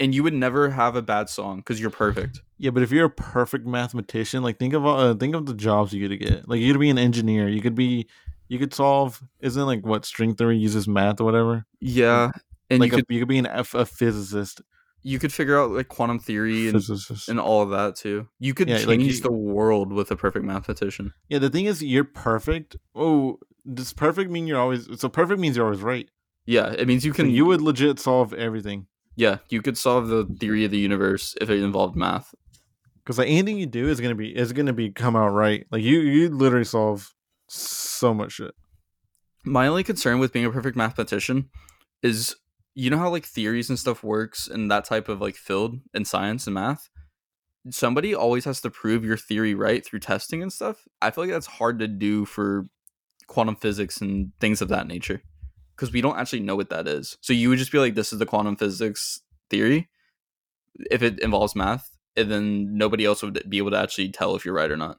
and you would never have a bad song because you're perfect.
Yeah, but if you're a perfect mathematician, like think of all- uh, think of the jobs you could get. Like you could be an engineer. You could be you could solve isn't it, like what string theory uses math or whatever.
Yeah, and
like
you could
a, you could be an F, a physicist.
you could figure out like quantum theory and.
Physicist.
And all of that too. You could
Yeah,
change
like you-
the world with a perfect mathematician.
Yeah, the thing is, you're perfect. Oh, does perfect mean you're always so perfect means you're always right?
Yeah, it means you
Can
can.
you would legit solve everything
yeah, you could solve the theory of the universe if it involved math.
because like anything you do is gonna be is gonna be come out right. Like you you literally solve so much shit.
my only concern with being a perfect mathematician is you know how like theories and stuff works in that type of like field in science and math somebody always has to prove your theory right through testing and stuff i feel like that's hard to do for quantum physics and things of that nature because we don't actually know what that is so you would just be like this is the quantum physics theory if it involves math and then nobody else would be able to actually tell if you're right or not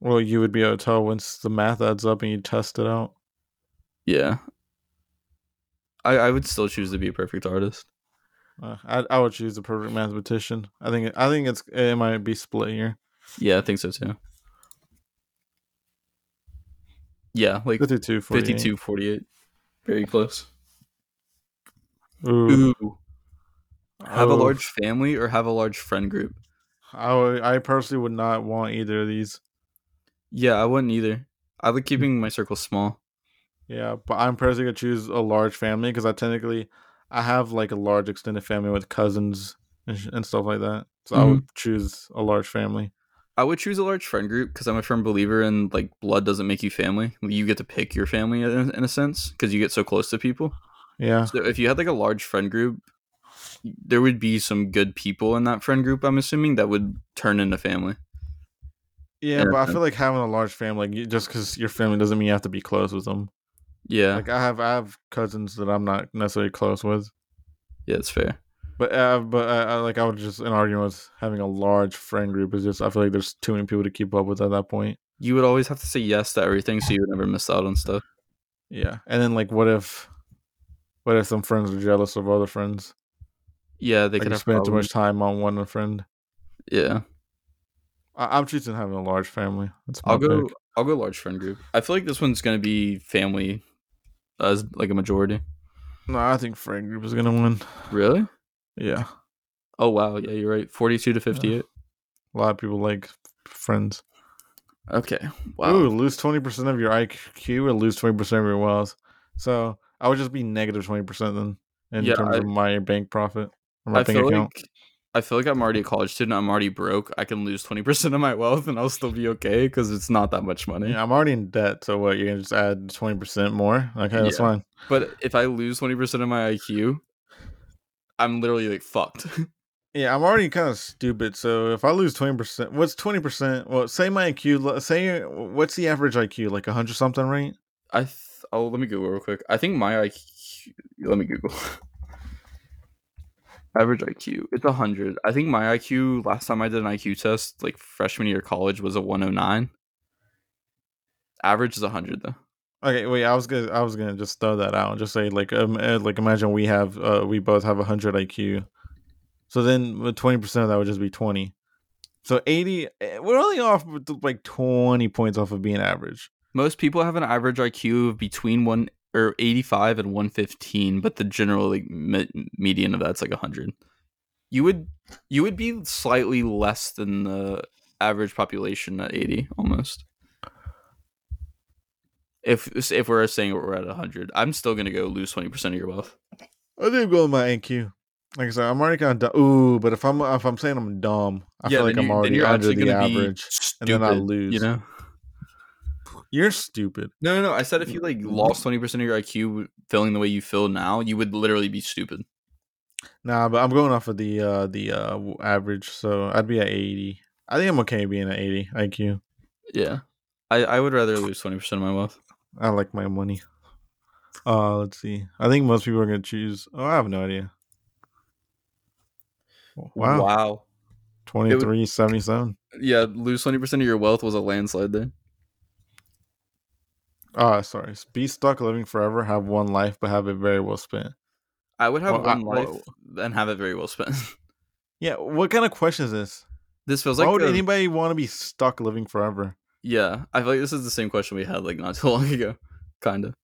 Well, you would be able to tell once the math adds up and you test it out.
yeah i, I would still choose to be a perfect artist
Uh, I I would choose the perfect mathematician. I think I think it's it might be split here.
Yeah, I think so too. Yeah, like
52 48.
52 48. Very close.
Ooh.
Ooh. Have a
Oh.
large family or have a large friend group?
I would- I personally would not want either of these.
Yeah, I wouldn't either. I like keeping my circle small.
Yeah, but I'm personally gonna choose a large family because I technically I have like a large extended family with cousins and, sh- and stuff like that. So I
Mm-hmm.
would choose a large family.
I would choose a large friend group because I'm a firm believer in like blood doesn't make you family. You get to pick your family in, in a sense because you get so close to people.
Yeah,
So if you had like a large friend group, there would be some good people in that friend group. I'm assuming that would turn into family.
yeah,
Yeah.
but I feel like having a large family, like, you- just because your family doesn't mean you have to be close with them.
Yeah,
Like I have I have cousins that I'm not necessarily close with,
yeah, it's fair.
but uh, but uh, uh, like I would just an argument with having a large friend group is just I feel like there's too many people to keep up with at that point.
you would always have to say yes to everything so you would never miss out on stuff
Yeah, and then like what if, what if some friends are jealous of other friends?
yeah they
Like
could
you
have
spend too
problems.
much time on one friend.
yeah
I- I'm choosing having a large family. That's my
i'll go
pick.
i'll go large friend group i feel like this one's gonna be family as like a majority
No, I think friend group is gonna win.
really
Yeah,
oh wow yeah you're right 42 to 58
a lot of people like friends.
okay wow
Ooh, lose twenty percent of your IQ or lose twenty percent of your wealth. So I would just be negative twenty percent then in
Yeah,
terms
I-
of my bank profit or my
i
bank
feel
account.
like i I feel like I'm already a college student. I'm already broke. I can lose twenty percent of my wealth, and I'll still be okay because it's not that much money.
Yeah, I'm already in debt, so what? You're gonna just add twenty percent more? Okay, that's
Yeah.
fine.
But if I lose twenty percent of my IQ, I'm literally like fucked. (laughs)
Yeah, I'm already kind of stupid. So if I lose twenty percent, what's twenty percent? Well, say my IQ. le- Say what's the average IQ? Like hundred something, right?
I th- oh let me Google real quick. I think my IQ. Let me Google. (laughs) Average IQ. It's a hundred. I think my IQ last time I did an IQ test, like freshman year of college, was a one hundred nine. Average is hundred though.
Okay, wait. I was gonna. I was gonna just throw that out and just say like, um, uh, like imagine we have, uh, we both have hundred IQ. So then twenty percent of that would just be twenty. So eighty. eh, We're only off with, like twenty points off of being average.
Most people have an average IQ of between one or eighty five and one fifteen, but the general like me- median of that's like hundred. You would you would be slightly less than the average population at eighty almost. If if we're saying we're at hundred, I'm still gonna go lose twenty percent of your wealth.
I think go with my IQ. Like I said, I'm already kind of Ooh, but if I'm if I'm saying I'm dumb, I feel like
then
I'm
you- then
already
you're
under
actually
the
gonna be
average. and then I
stupid,
lose.
You know.
You're stupid.
No, no, no. I said if you
Mm-hmm.
like lost twenty percent of your IQ feeling the way you feel now, you would literally be stupid.
Nah, but I'm going off of the uh the uh w- average, so I'd be at 80. I think I'm okay being at 80 IQ.
Yeah. I, I would rather lose 20% of my wealth.
I like my money. Uh, let's see. I think most people are gonna choose. Oh, I have no idea. Wow,
Wow.
twenty three seventy seven.
Yeah, lose 20% of your wealth was a landslide then.
Ah, sorry. Be stuck living forever. Have one life, but have it very well spent.
I would have
Well, I-
one life and have it very well spent. (laughs)
Yeah. What kind of question is this?
this feels
Why
like
would
the-
anybody want to be stuck living forever?
Yeah, I feel like this is the same question we had like not (laughs) too long ago. Kind of.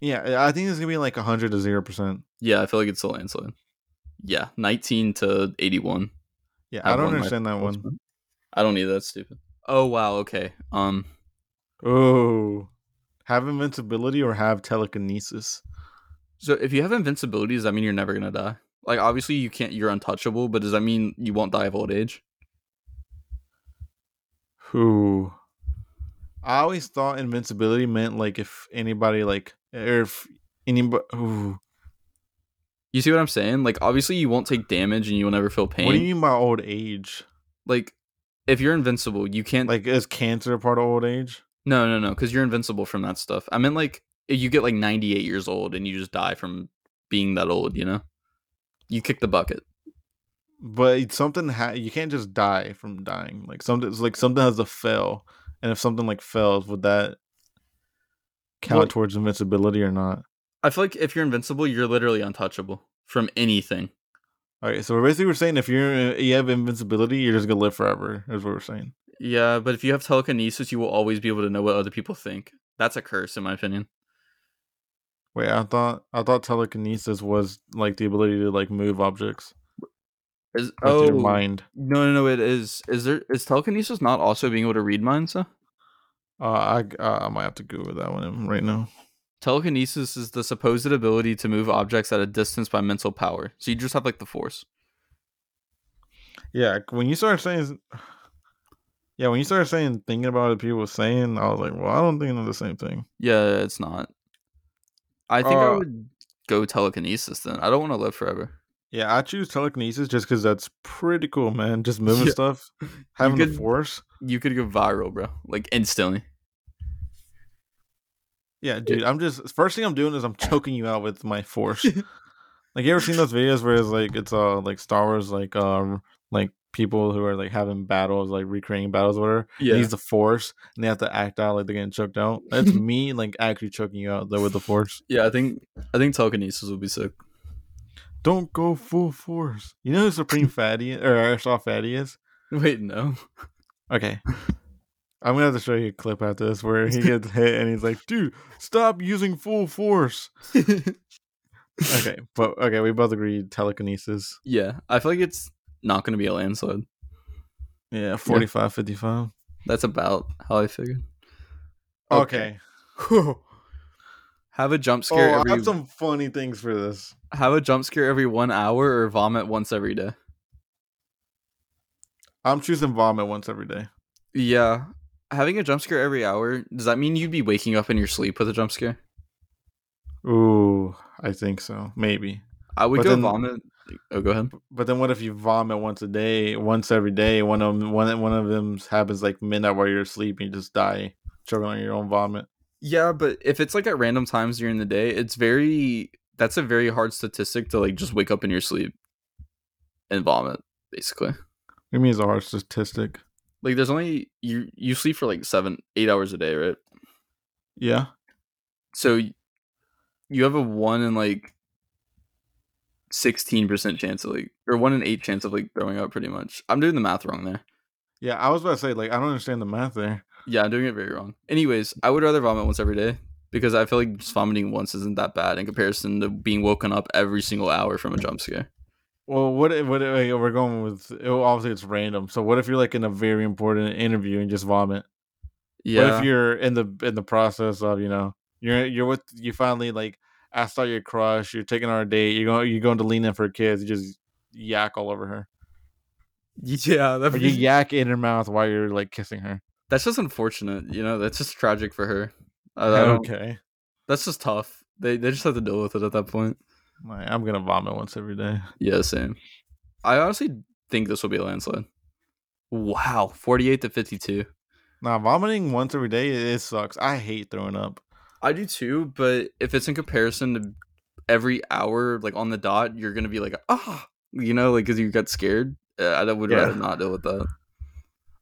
Yeah, I think it's gonna be like hundred to zero percent.
Yeah, I feel like it's a landslide. Yeah, 19 to 81.
Yeah, I
Have
don't
one life
understand that one.
I don't need that stupid. Oh wow, okay. Um
Oh, have invincibility or have telekinesis?
so if you have invincibility, does that mean you're never going to die? Like obviously you can't you're untouchable, but does that mean you won't die of old age?
Who? I always thought invincibility meant like if anybody like or if anybody. Ooh.
You see what I'm saying? Like, obviously, you won't take damage and you will never feel pain.
What do you mean by old age?
Like, if you're invincible, you can't. Like,
Like is cancer a part of old age?
no, no, no, because you're invincible from that stuff. I meant like you get like 98 years old and you just die from being that old. You know, you kick the bucket.
But it's something ha- you can't just die from dying. Like something, it's like something has to fail, and if something like fails, would that count
Well-
towards invincibility or not?
I feel like if you're invincible, you're literally untouchable from anything.
All right, so basically we're saying if you're you have invincibility, you're just gonna live forever. Is what we're saying.
Yeah, but if you have telekinesis, you will always be able to know what other people think. That's a curse, in my opinion.
Wait, I thought I thought telekinesis was like the ability to like move objects
Is
with
oh
your mind.
no no no it is is there is telekinesis not also being able to read minds though?
Uh, I uh, I might have to Google that one right now.
Telekinesis is the supposed ability to move objects at a distance by mental power. So you just have like the force.
Yeah, when you started saying, (sighs) yeah, when you started saying thinking about what people were saying, I was like, well, I don't think they're the same thing.
Yeah, it's not. I think I
Uh,
would go telekinesis then. I don't want to live forever.
Yeah, I choose telekinesis just because that's pretty cool, man. Just moving
Yeah.
stuff, having the
could-
force.
You could go viral, bro. Like instantly.
Yeah, dude, I'm just first thing I'm doing is I'm choking you out with my force. like you ever seen those videos where it's like it's uh like Star Wars like um like people who are like having battles like recreating battles or whatever. Yeah. He's the force and they have to act out like they're getting choked out. That's me like actually choking you out though with the force.
Yeah, I think I think telekinesis would be sick. (laughs)
Don't go full force. You know who Supreme Fatty or Airsoft Fatty is?
Wait, (laughs) no.
Okay. (laughs) I'm gonna have to show you a clip after this where he (laughs) gets hit and he's like, dude, stop using full force. Okay, but okay, we both agreed telekinesis.
yeah, I feel like it's not going to be a landslide.
Yeah, 45, 55.
That's about how I (laughs) figured.
Okay.
Have a
Oh,
jump scare
I
every
have some funny things for this.
have a jump scare every 1 hour or vomit once every day.
I'm choosing vomit once every day.
Yeah. Having a jump scare every hour, does that mean you'd be waking up in your sleep with a jump scare?
Ooh, I think so. Maybe.
I would
But
go
then-
vomit. Oh, go ahead.
But then what if you vomit once a day, once every day? One of them, one one of them happens like midnight while you're asleep, and you just die choking on your own vomit.
Yeah, but if it's like at random times during the day, it's very that's a very hard statistic to like just wake up in your sleep and vomit, basically.
I mean, it's a hard statistic.
Like there's only you you sleep for like 7 8 hours a day, right?
Yeah.
So y- you have a 1 in like 16% chance of like or 1 in 8 chance of like throwing up pretty much. I'm doing the math wrong there.
Yeah, I was about to say like I don't understand the math there.
Yeah, I'm doing it very wrong. Anyways, I would rather vomit once every day because I feel like just vomiting once isn't that bad in comparison to being woken up every single hour from a jump scare.
Well, what if, what if, like, we're going with? It, obviously, it's random. So what if you're like in a very important interview and just vomit?
Yeah.
What if you're in the in the process of you know you're you're with you finally like asked out your crush, you're taking her on a date, you're going you're going to lean in for a kiss, you just yak all over her,
(laughs) yeah, that
or you yak in her mouth while you're like kissing her.
that's just unfortunate. You know, that's just tragic for her. I, I don't,
okay,
That's just tough. They they just have to deal with it at that point.
Like, I'm gonna vomit once every
(laughs)
day.
Yeah, same. I honestly think this will be a landslide. Wow, forty-eight to fifty-two.
Nah, vomiting once every day it, it sucks. I hate throwing up.
I do too, but if it's in comparison to every hour, like on the dot, you're gonna be like, ah, you know, like because you got scared. Uh, I would
Yeah.
rather not deal with that.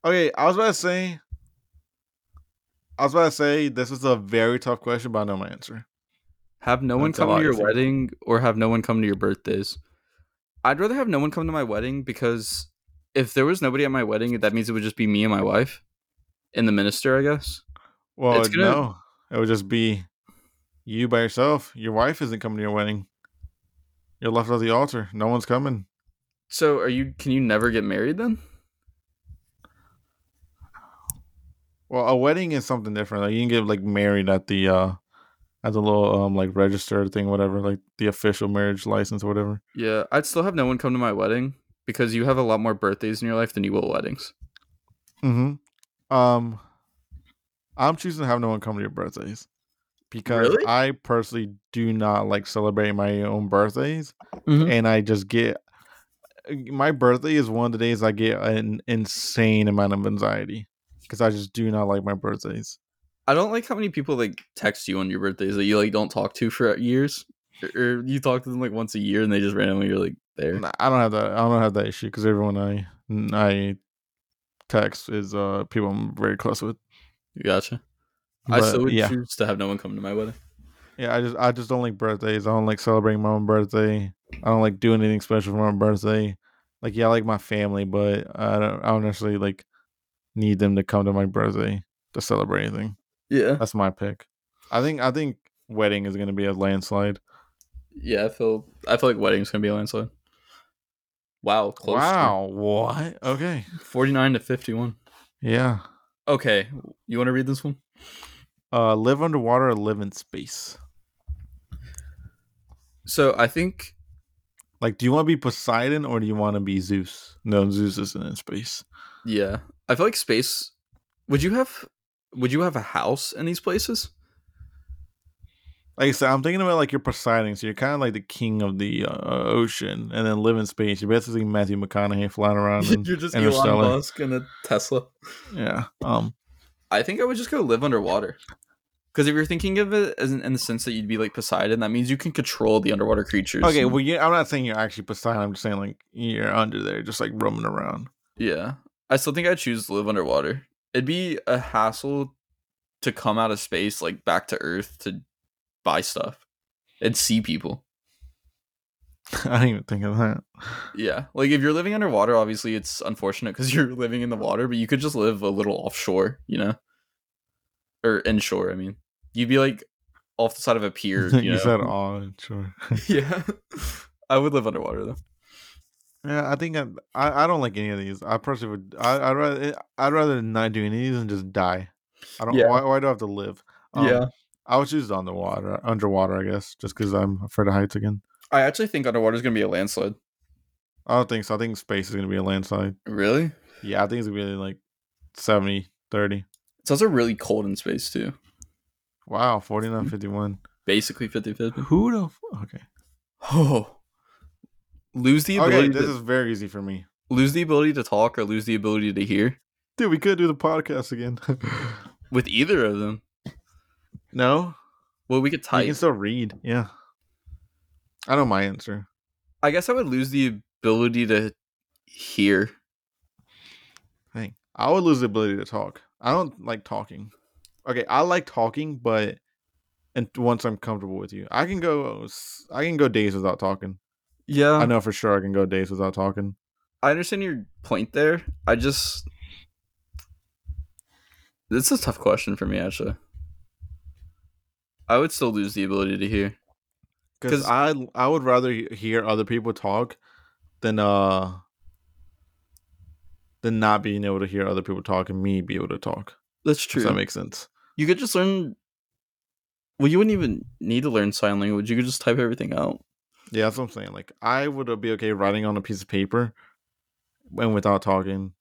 Okay, I was about to say. I was about to say this is a very tough question, but I know my answer.
Have no one
That's a
come
lot,
to your
I think.
wedding or have no one come to your birthdays. I'd rather have no one come to my wedding because if there was nobody at my wedding, that means it would just be me and my wife and the minister, I guess.
Well,
It's gonna-
no, it would just be you by yourself. Your wife isn't coming to your wedding. You're left at the altar. No one's coming.
So are you can you never get married then?
Well, a wedding is something different. Like you can get like married at the uh at the little um like registered thing, whatever, like the official marriage license or whatever.
Yeah, I'd still have no one come to my wedding because you have a lot more birthdays in your life than you will weddings.
Mm-hmm. Um I'm choosing to have no one come to your birthdays. Because
Really?
I personally do not like celebrating my own birthdays.
Mhm.
And I just get uh, my birthday is one of the days I get an insane amount of anxiety. Because I just do not like my birthdays.
I don't like how many people like text you on your birthdays that you like don't talk to for years. Or or you talk to them like once a year and they just randomly are like there.
Nah, I don't have that. I don't have that issue because everyone I I text is uh people I'm very close with.
Gotcha. I
But,
still would
yeah,
choose to have no one come to my wedding.
yeah. I just I just don't like birthdays. I don't like celebrating my own birthday. I don't like doing anything special for my birthday. Like yeah, I like my family, but I don't I don't necessarily like need them to come to my birthday to celebrate anything.
Yeah.
That's my pick. I think I think wedding is gonna be a landslide.
Yeah, I feel I feel like wedding's gonna be a landslide. Wow, close.
Wow, what? Okay,
Forty nine to fifty one.
yeah.
Okay. You wanna read this one?
Uh, live underwater or live in space.
So I think
Like, do you want to be Poseidon or do you want to be Zeus? No, Zeus isn't in space.
yeah. I feel like space would you have would you have a house in these places?
Like I said, I'm thinking about like you're Poseidon, so you're kind of like the king of the uh, ocean, and then live in space. You're basically Matthew McConaughey flying (laughs) around. And,
(laughs) You're just Elon
Interstellar.
Musk and a Tesla.
yeah. Um.
I think I would just go live underwater. Because if you're thinking of it as in, in the sense that you'd be like Poseidon, that means you can control the underwater creatures.
Okay.
and-
Well, you I'm not saying you're actually Poseidon. I'm just saying like you're under there, just like roaming around. (laughs)
Yeah. I still think I'd choose to live underwater. It'd be a hassle to come out of space, like back to Earth to buy stuff and see people.
I didn't even think of that.
Yeah. Like if you're living underwater, obviously it's unfortunate because (laughs) you're living in the water, but you could just live a little offshore, you know? Or inshore, I mean. You'd be like off the side of a pier. You,
(laughs) you
know?
said all sure.
(laughs) yeah. I would live underwater though.
Yeah, I think I, I I don't like any of these. I personally would. I I'd rather eh, I'd rather not do any of these and just die. I don't.
Yeah.
Why, why do I have to live? Um,
Yeah.
I would choose underwater. Underwater, I guess, just because I'm afraid of heights again.
I actually think underwater is going to be a landslide.
I don't think so. I think space is gonna be a landslide.
Really?
Yeah, I think it's gonna be like 70, 30.
It's also really cold in space too.
Wow, 49, 51.
Basically 50-50.
Mm. Who the f- okay?
Oh. Lose the
Okay,
ability
this
to,
is very easy for me,
lose the ability to talk or lose the ability to hear
dude. We could do the podcast again. (laughs)
with either of them.
no,
Well, we could
I
type.
can still read. Yeah, I know my answer.
I guess I would lose the ability to hear.
Dang. I would lose the ability to talk. I don't like talking. Okay, I like talking, but and once I'm comfortable with you, I can go. s- I can go days without talking.
Yeah.
I know for sure I can go days without talking.
I understand your point there. I just this is a tough question for me actually. I would still lose the ability to hear.
Because
'Cause-
I I would rather he- hear other people talk than uh than not being able to hear other people talk and me be able to talk.
That's
If that makes sense.
you could just learn. Well, you wouldn't even need to learn sign language. You could just type everything out.
Yeah, that's what I'm saying. Like I would uh, be okay writing on a piece of paper and without talking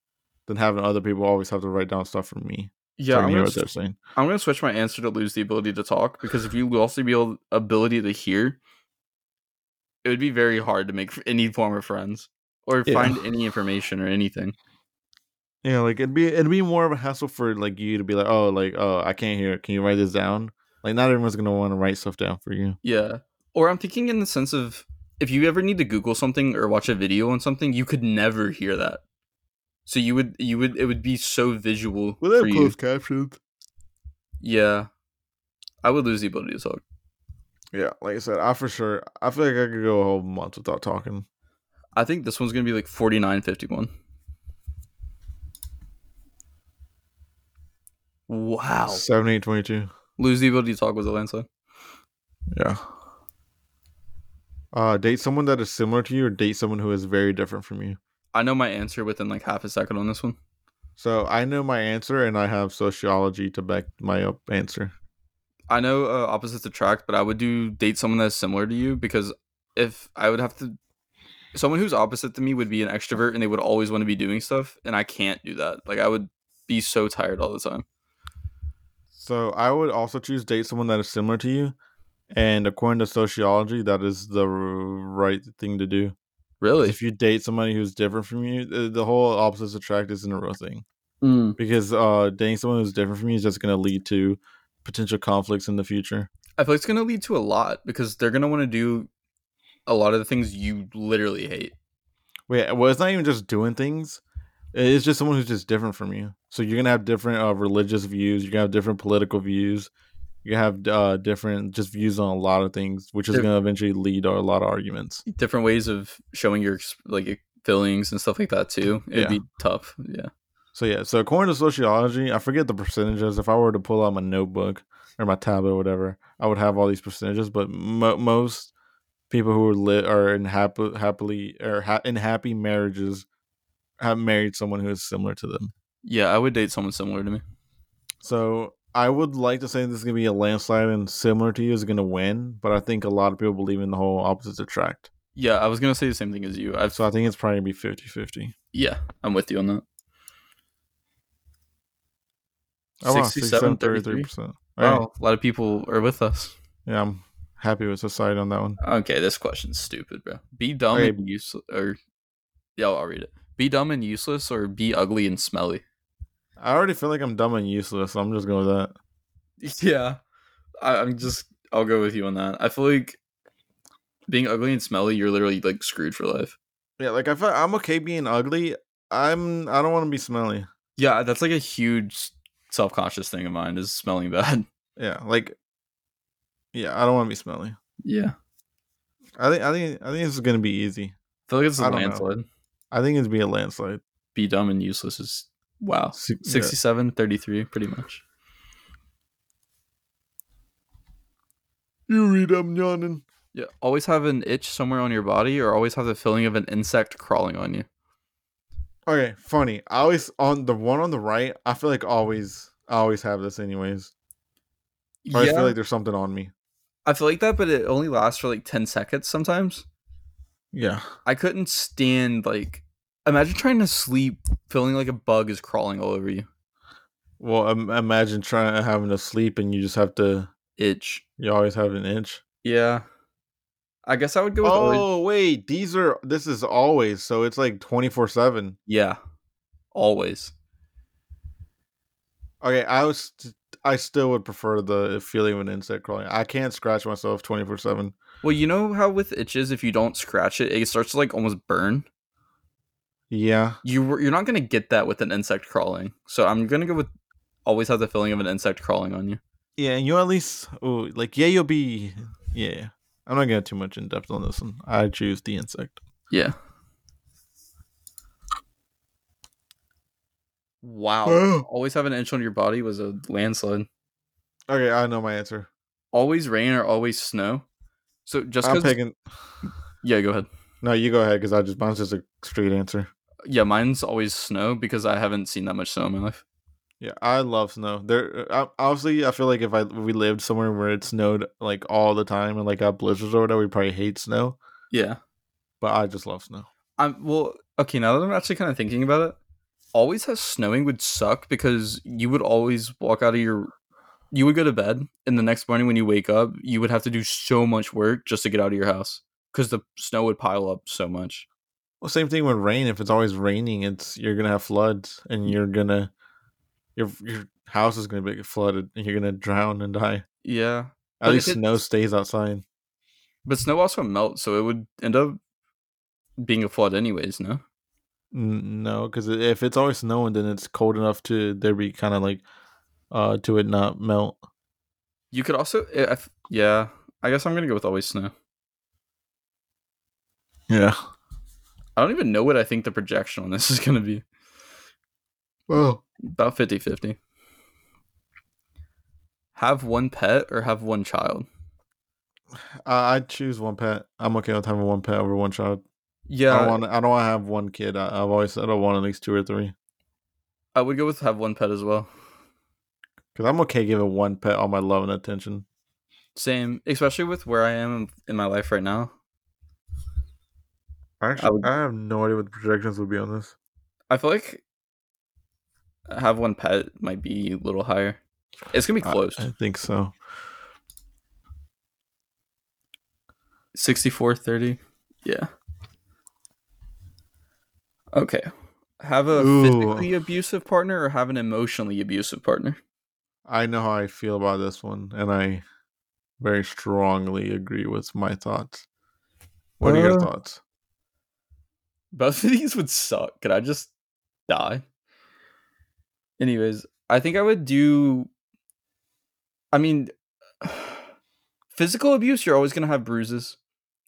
than having other people always have to write down stuff for me. so
Yeah,
I
I'm
can hear
gonna,
what they're saying.
I'm gonna switch my answer to lose the ability to talk because if you lost the abil- ability to hear, it would be very hard to make f- any form of friends or
Yeah.
find any information or anything.
Yeah, like it'd be it'd be more of a hassle for like you to be like, oh, like oh, I can't hear. it. Can you write this down? Like not everyone's gonna want to write stuff down for you.
Yeah. Or I'm thinking in the sense of if you ever need to Google something or watch a video on something, you could never hear that. So you would you would it would be so visual for you.
captions.
Yeah. I would lose the ability to talk.
Yeah, like I said, I for sure, I feel like I could go a whole month without talking.
I think this one's gonna be like forty nine fifty one. Wow.
Seventy-eight, twenty-two.
Lose the ability to talk was a landslide.
Yeah. Uh, date someone that is similar to you, or date someone who is very different from you.
I know my answer within like half a second on this one.
So I know my answer, and I have sociology to back my up answer.
I know uh, opposites attract, but I would do date someone that's similar to you because if I would have to, someone who's opposite to me would be an extrovert and they would always want to be doing stuff, and I can't do that. Like I would be so tired all the time.
So I would also choose date someone that is similar to you, and according to sociology, that is the r- right thing to do.
Really?
If you date somebody who's different from you, the, the whole opposites attract isn't a real thing.
Mm.
because uh dating someone who's different from you is just going to lead to potential conflicts in the future
I feel like it's gonna lead to a lot because they're gonna want to do a lot of the things you literally hate.
wait uh, well it's not even just doing things it's just someone who's just different from you so you're going to have different uh, religious views you're going to have different political views you have uh, different just views on a lot of things which is
Diff-
going to eventually lead to a lot of arguments
Different ways of showing your ex- like your feelings and stuff like that too. It'd
Yeah.
be tough. Yeah.
so yeah so according to sociology i forget the percentages if i were to pull out my notebook or my tablet or whatever i would have all these percentages but mo- most people who are lit are in happy, happily or ha- in happy marriages have married someone who is similar to them.
Yeah, I would date someone similar to me.
So I would like to say this is gonna be a landslide and similar to you is gonna win, but I think a lot of people believe in the whole opposites attract.
Yeah, I was gonna say the same thing as you. I've
So I think it's probably gonna be 50-50.
Yeah, I'm with you on that.
Oh, wow,
67,
33%. All right.
Wow, a lot of people are with us.
Yeah, I'm happy with society on that one.
Okay, this question's stupid, bro. Be dumb
Okay.
and useless, or yeah, I'll read it. Be dumb and useless, or be ugly and smelly.
I already feel like I'm dumb and useless, so I'm just going with that.
(laughs) Yeah, I, I'm just. I'll go with you on that. I feel like being ugly and smelly, you're literally like screwed for life.
Yeah, like I feel I'm okay being ugly. I'm I don't want to be smelly.
Yeah, that's like a huge self conscious thing of mine is smelling (laughs) bad.
Yeah, like yeah, I don't want to be smelly.
Yeah,
I think I think I think this is gonna be easy.
I feel like it's a
I don't know.
landslide.
I think it's gonna be a landslide.
Be dumb and useless is wow.
Six- yeah.
67 33 pretty much
You read, I'm yawning.
yeah always have an itch somewhere on your body or always have the feeling of an insect crawling on you
Okay, funny. I always on the one on the right. I feel like always I always have this anyways. Or I feel like there's something on me.
that but it only lasts for like 10 seconds sometimes
Yeah.
i couldn't stand like Imagine trying to sleep, feeling like a bug is crawling all over you.
Well, um, imagine trying having to sleep and you just have to.
Itch.
You always have an inch.
Yeah. I guess I would go with orange.
Oh wait, these are this is always so it's like twenty four seven.
Yeah. Always.
Okay, I was I still would prefer the feeling of an insect crawling. I can't scratch myself twenty four seven.
Well, you know how with itches, if you don't scratch it, it starts to like almost burn.
Yeah,
You were- you're not gonna get that with an insect crawling. So I'm gonna go with always have the feeling of an insect crawling on you.
yeah, and you at least oh like yeah you'll be yeah. I'm not going too much in depth on this one. I choose the insect.
Yeah. Wow.
okay,
always have an inch on your body was a landslide.
I know my answer.
Always rain or always snow. So just
I'm
because
picking.
yeah, go ahead.
No, you go ahead because I just mine's just a straight answer.
Yeah, mine's always snow because I haven't seen that much snow in my life.
Yeah, I love snow. There, uh, I- obviously, I feel like if I if we lived somewhere where it snowed like all the time and like got blizzards or whatever, we probably hate snow.
Yeah.
But I just love snow.
I'm well, okay, now that I'm actually kind of thinking about it, always how snowing would suck because you would always walk out of your you would go to bed and the next morning when you wake up, you would have to do so much work just to get out of your house cuz the snow would pile up so much.
Well, same thing with rain. If it's always raining, it's you're gonna have floods and you're gonna your your house is gonna be flooded and you're gonna drown and die.
Yeah.
At
But
least
if
snow stays outside.
But snow also melts, so it would end up being a flood anyways, no?
N- No, because if it's always snowing, then it's cold enough to there be kind of like uh to it not melt.
You could also eh, I- I f- yeah, I guess I'm going to go with always snow.
Yeah.
I don't even know what I think the projection on this (laughs) is going to be.
Well,
About 50 50. Have one pet or have one child?
I I choose one pet. I'm okay with having one pet over one child. I
Yeah, I,
don't want. I don't want to have one kid. I, I've always said I want at least two or three.
would go with have one pet as well.
Because I'm okay giving one pet all my love and attention.
Same, especially with where I am in my life right now.
Actually, I,
would-
have no idea what the projections would be on this.
I feel like have one pet might be a little higher. It's going to be
I-
close.
I think so.
64 30. Yeah. Okay. Have a
Ooh.
physically abusive partner or have an emotionally abusive partner?
I know how I feel about this one, and I very strongly agree with my thoughts. What are your
Uh,
thoughts?
Both of (laughs) these would suck. Could I just die? Anyways, I think I would do. I mean, (sighs) physical abuse, you're always going to have bruises.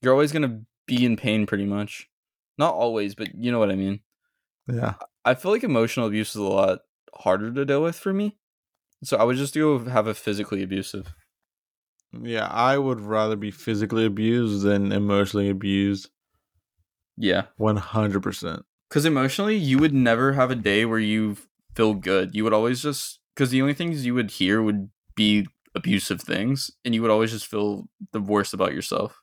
You're always going to be in pain, pretty much. Not always, but you know what I mean.
Yeah,
I feel like emotional abuse is a lot harder to deal with for me. So I would just go with- have a physically abusive.
yeah. I would rather be physically abused than emotionally abused.
Yeah.
One hundred percent.
Because emotionally, you would never have a day where you feel good. You would always just because the only things you would hear would be abusive things, and you would always just feel the worst about yourself.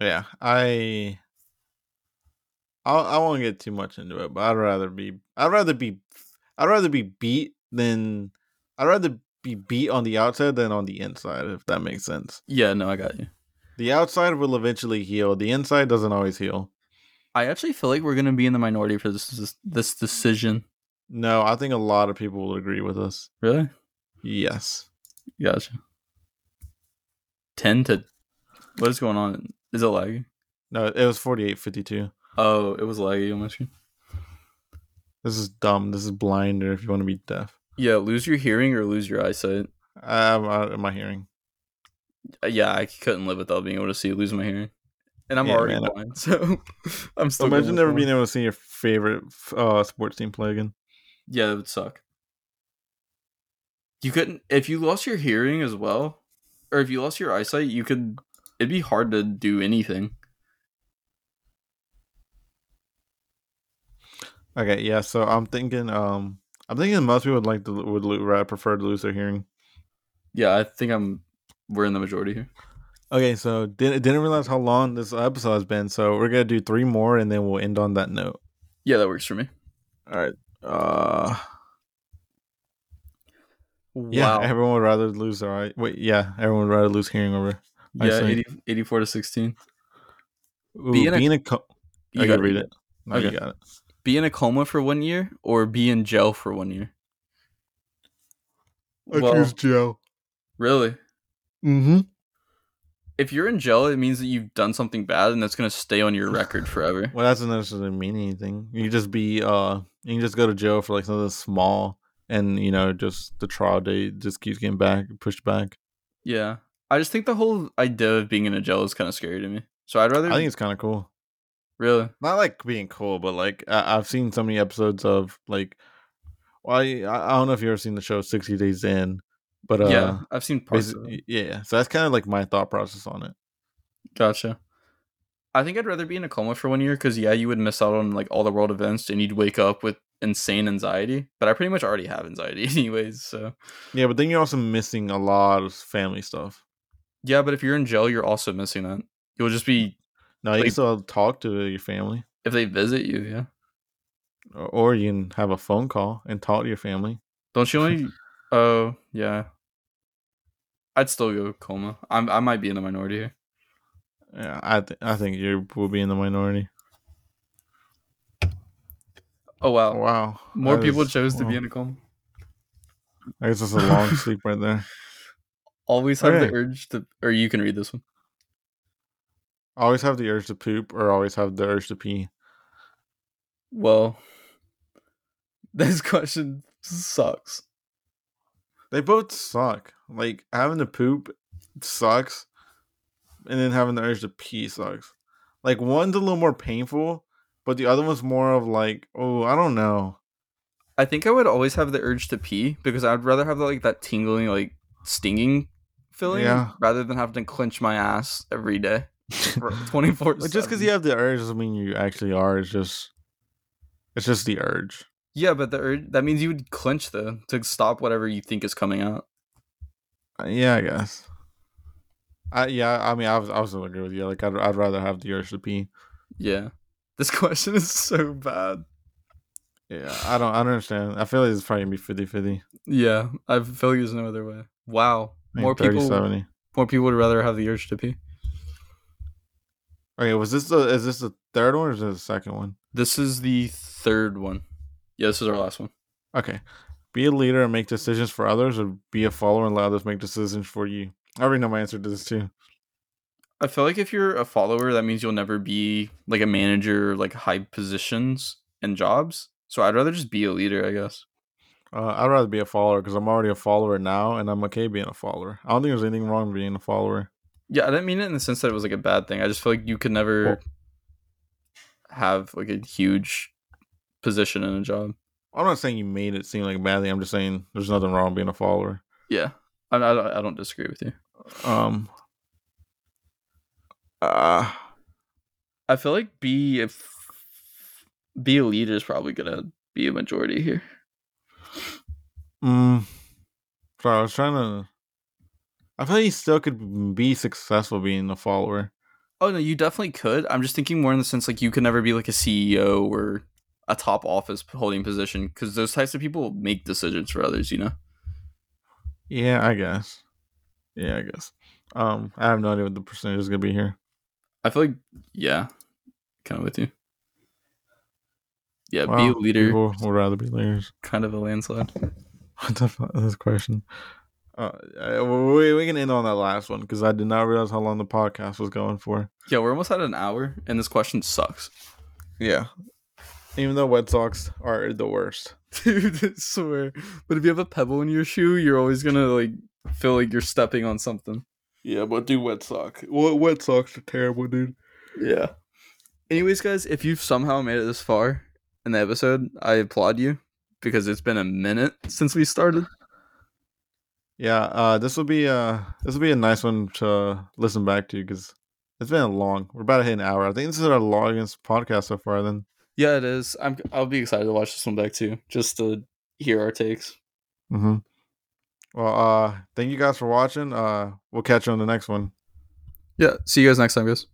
Yeah, I. I I won't get too much into it, but I'd rather be I'd rather be I'd rather be beat than I'd rather be beat on the outside than on the inside, if that makes sense.
Yeah, no, I got you.
The outside will eventually heal. The inside doesn't always heal.
I actually feel like we're gonna be in the minority for this this, this decision.
No, I think a lot of people will agree with us.
Really?
Yes.
Gotcha. Ten to what is going on? Is it laggy?
No, it was forty eight fifty two.
Oh, it was laggy on my screen.
This is dumb. This is blinder. If you want to be deaf,
Yeah, lose your hearing or lose your eyesight.
I'm out of my hearing.
Uh, Yeah, I couldn't live without being able to see lose my hearing, and I'm
Yeah,
already
man, I-
blind, (laughs) so I'm still. going
Imagine
with
never
one.
being able to see your favorite f- uh, sports team play again.
Yeah, that would suck. You couldn't if you lost your hearing as well, or if you lost your eyesight, you could. It'd be hard to do anything.
Okay, yeah. So I'm thinking, um, I'm thinking most people would like to would lo- ra- prefer to lose their hearing.
Yeah, I think I'm. We're in the majority here.
Okay, so didn't didn't realize how long this episode has been, so we're gonna do three more and then we'll end on that note.
Yeah, that works for me.
All right. Uh, yeah,
Wow.
everyone would rather lose their eye. Wait, yeah, everyone would rather lose hearing over. I
Yeah,
see.
80, 84 to 16.
Ooh,
Being
being,
a-
a, co-
You
I
gotta
could read it. No,
Okay.
you got it.
Be in a coma for one year or be in jail for one year? Well,
Joe.
really?
Mm-hmm.
If you're in jail, it means that you've done something bad and that's going to stay on your record forever.
Well, that doesn't necessarily mean anything. You just be uh, you can just go to jail for like something small, and you know, just the trial date just keeps getting back pushed back.
yeah. I just think the whole idea of being in a jail is kind of scary to me. So I'd rather.
I think it's kind of cool.
really?
Not like being cool, but like I- I've seen so many episodes of like, well, I I I don't know if you have ever seen the show Sixty Days In, but uh,
yeah. I've seen parts of it.
basi- yeah. So that's kind of like my thought process on it.
Gotcha. I think I'd rather be in a coma for one year because yeah, you would miss out on like all the world events and you'd wake up with insane anxiety. But I pretty much already have anxiety (laughs) anyways, so
Yeah, but then you're also missing a lot of family stuff.
yeah. But if you're in jail, you're also missing that. You'll just be
Now you
Like-
can still talk to your family,
if they visit you, yeah.
or, or you can have a phone call and talk to your family.
Don't
(laughs)
you only? Oh yeah. I'd still go coma. I'm I might be in the minority here.
Yeah, I th- I think you will be in the minority.
Oh wow,
wow,
more
That
people
is-
chose to be
wow.
in a coma.
I
(laughs)
guess that's a long sleep right there.
Always have the
Okay.
urge to, or you can read this one.
Always have the urge to poop, or always have the urge to pee.
Well, (laughs) this question sucks.
They both suck. Like having to poop sucks, and then having the urge to pee sucks. Like one's a little more painful, but the other one's more of like, oh, I don't know.
I think I would always have the urge to pee because I'd rather have like that tingling, like stinging feeling
Yeah.
rather than having to clench my ass every day
(laughs)
(laughs) for 24
But just because you have the urge doesn't mean you actually are. It's just, it's just the urge.
yeah, but the urge that means you would clench though to stop whatever you think is coming out.
Uh, Yeah, I guess. I yeah, I mean, I was I was agree with you. Like, I'd I'd rather have the urge to pee.
Yeah, this (laughs) question is so bad.
Yeah, I don't I don't understand. I feel like it's probably gonna be 50 50.
Yeah, I feel like there's no other way. Wow, more people,
70.
more people would rather have the urge to pee.
Okay, was this the is this the third one or is this the second one?
This is the third one. Yeah, this is our last one.
Okay, be a leader and make decisions for others, or be a follower and let others make decisions for you. I already know my answer to this too.
I feel like if you're a follower, that means you'll never be like a manager, like high positions and jobs. So I'd rather just be a leader, I guess.
Uh, I'd rather be a follower because I'm already a follower now, and I'm okay being a follower. I don't think there's anything wrong with being a follower.
Yeah, I didn't mean it in the sense that it was like a bad thing. I just feel like you could never
Well-
have like a huge position in a job.
I'm not saying you made it seem like badly. I'm just saying there's nothing wrong with being a follower.
Yeah, I, I, don't- I don't disagree with you.
Um. Uh,
Ah. I feel like be if be a leader is probably gonna be a majority here.
mm, sorry, I was trying to. I feel like you still could be successful being a follower.
Oh no, you definitely could. I'm just thinking more in the sense like you could never be like a CEO or a top office holding position because those types of people make decisions for others. You know.
Yeah, I guess. Yeah, I guess. Um, I have no idea what the percentage is gonna be here.
I feel like yeah, kind of with you. Yeah,
Wow,
be a leader.
People would rather be leaders. (laughs)
Kind of a landslide.
What the fuck? This question. Uh, I- we we can end on that last one because I did not realize how long the podcast was going for.
Yeah, we're almost at an hour, and this question sucks. (laughs)
Yeah. Even though Wet Sox are the worst.
Dude, I swear. But if you have a pebble in your shoe, you're always gonna like feel like you're stepping on something.
Yeah, but do Wet Sox. Well, Wet Sox are terrible, dude.
Yeah. Anyways, guys, if you've somehow made it this far in the episode, I applaud you because it's been a minute since we started.
Yeah, uh, this will be uh, this will be a nice one to listen back to because it's been a long. We're about to hit an hour. I think this is our longest podcast so far. Then
Yeah, it is. I'm I'll be excited to watch this one back too, just to hear our takes.
Mm-hmm. Well, uh, thank you guys for watching. Uh, we'll catch you on the next one.
Yeah, see you guys next time, guys.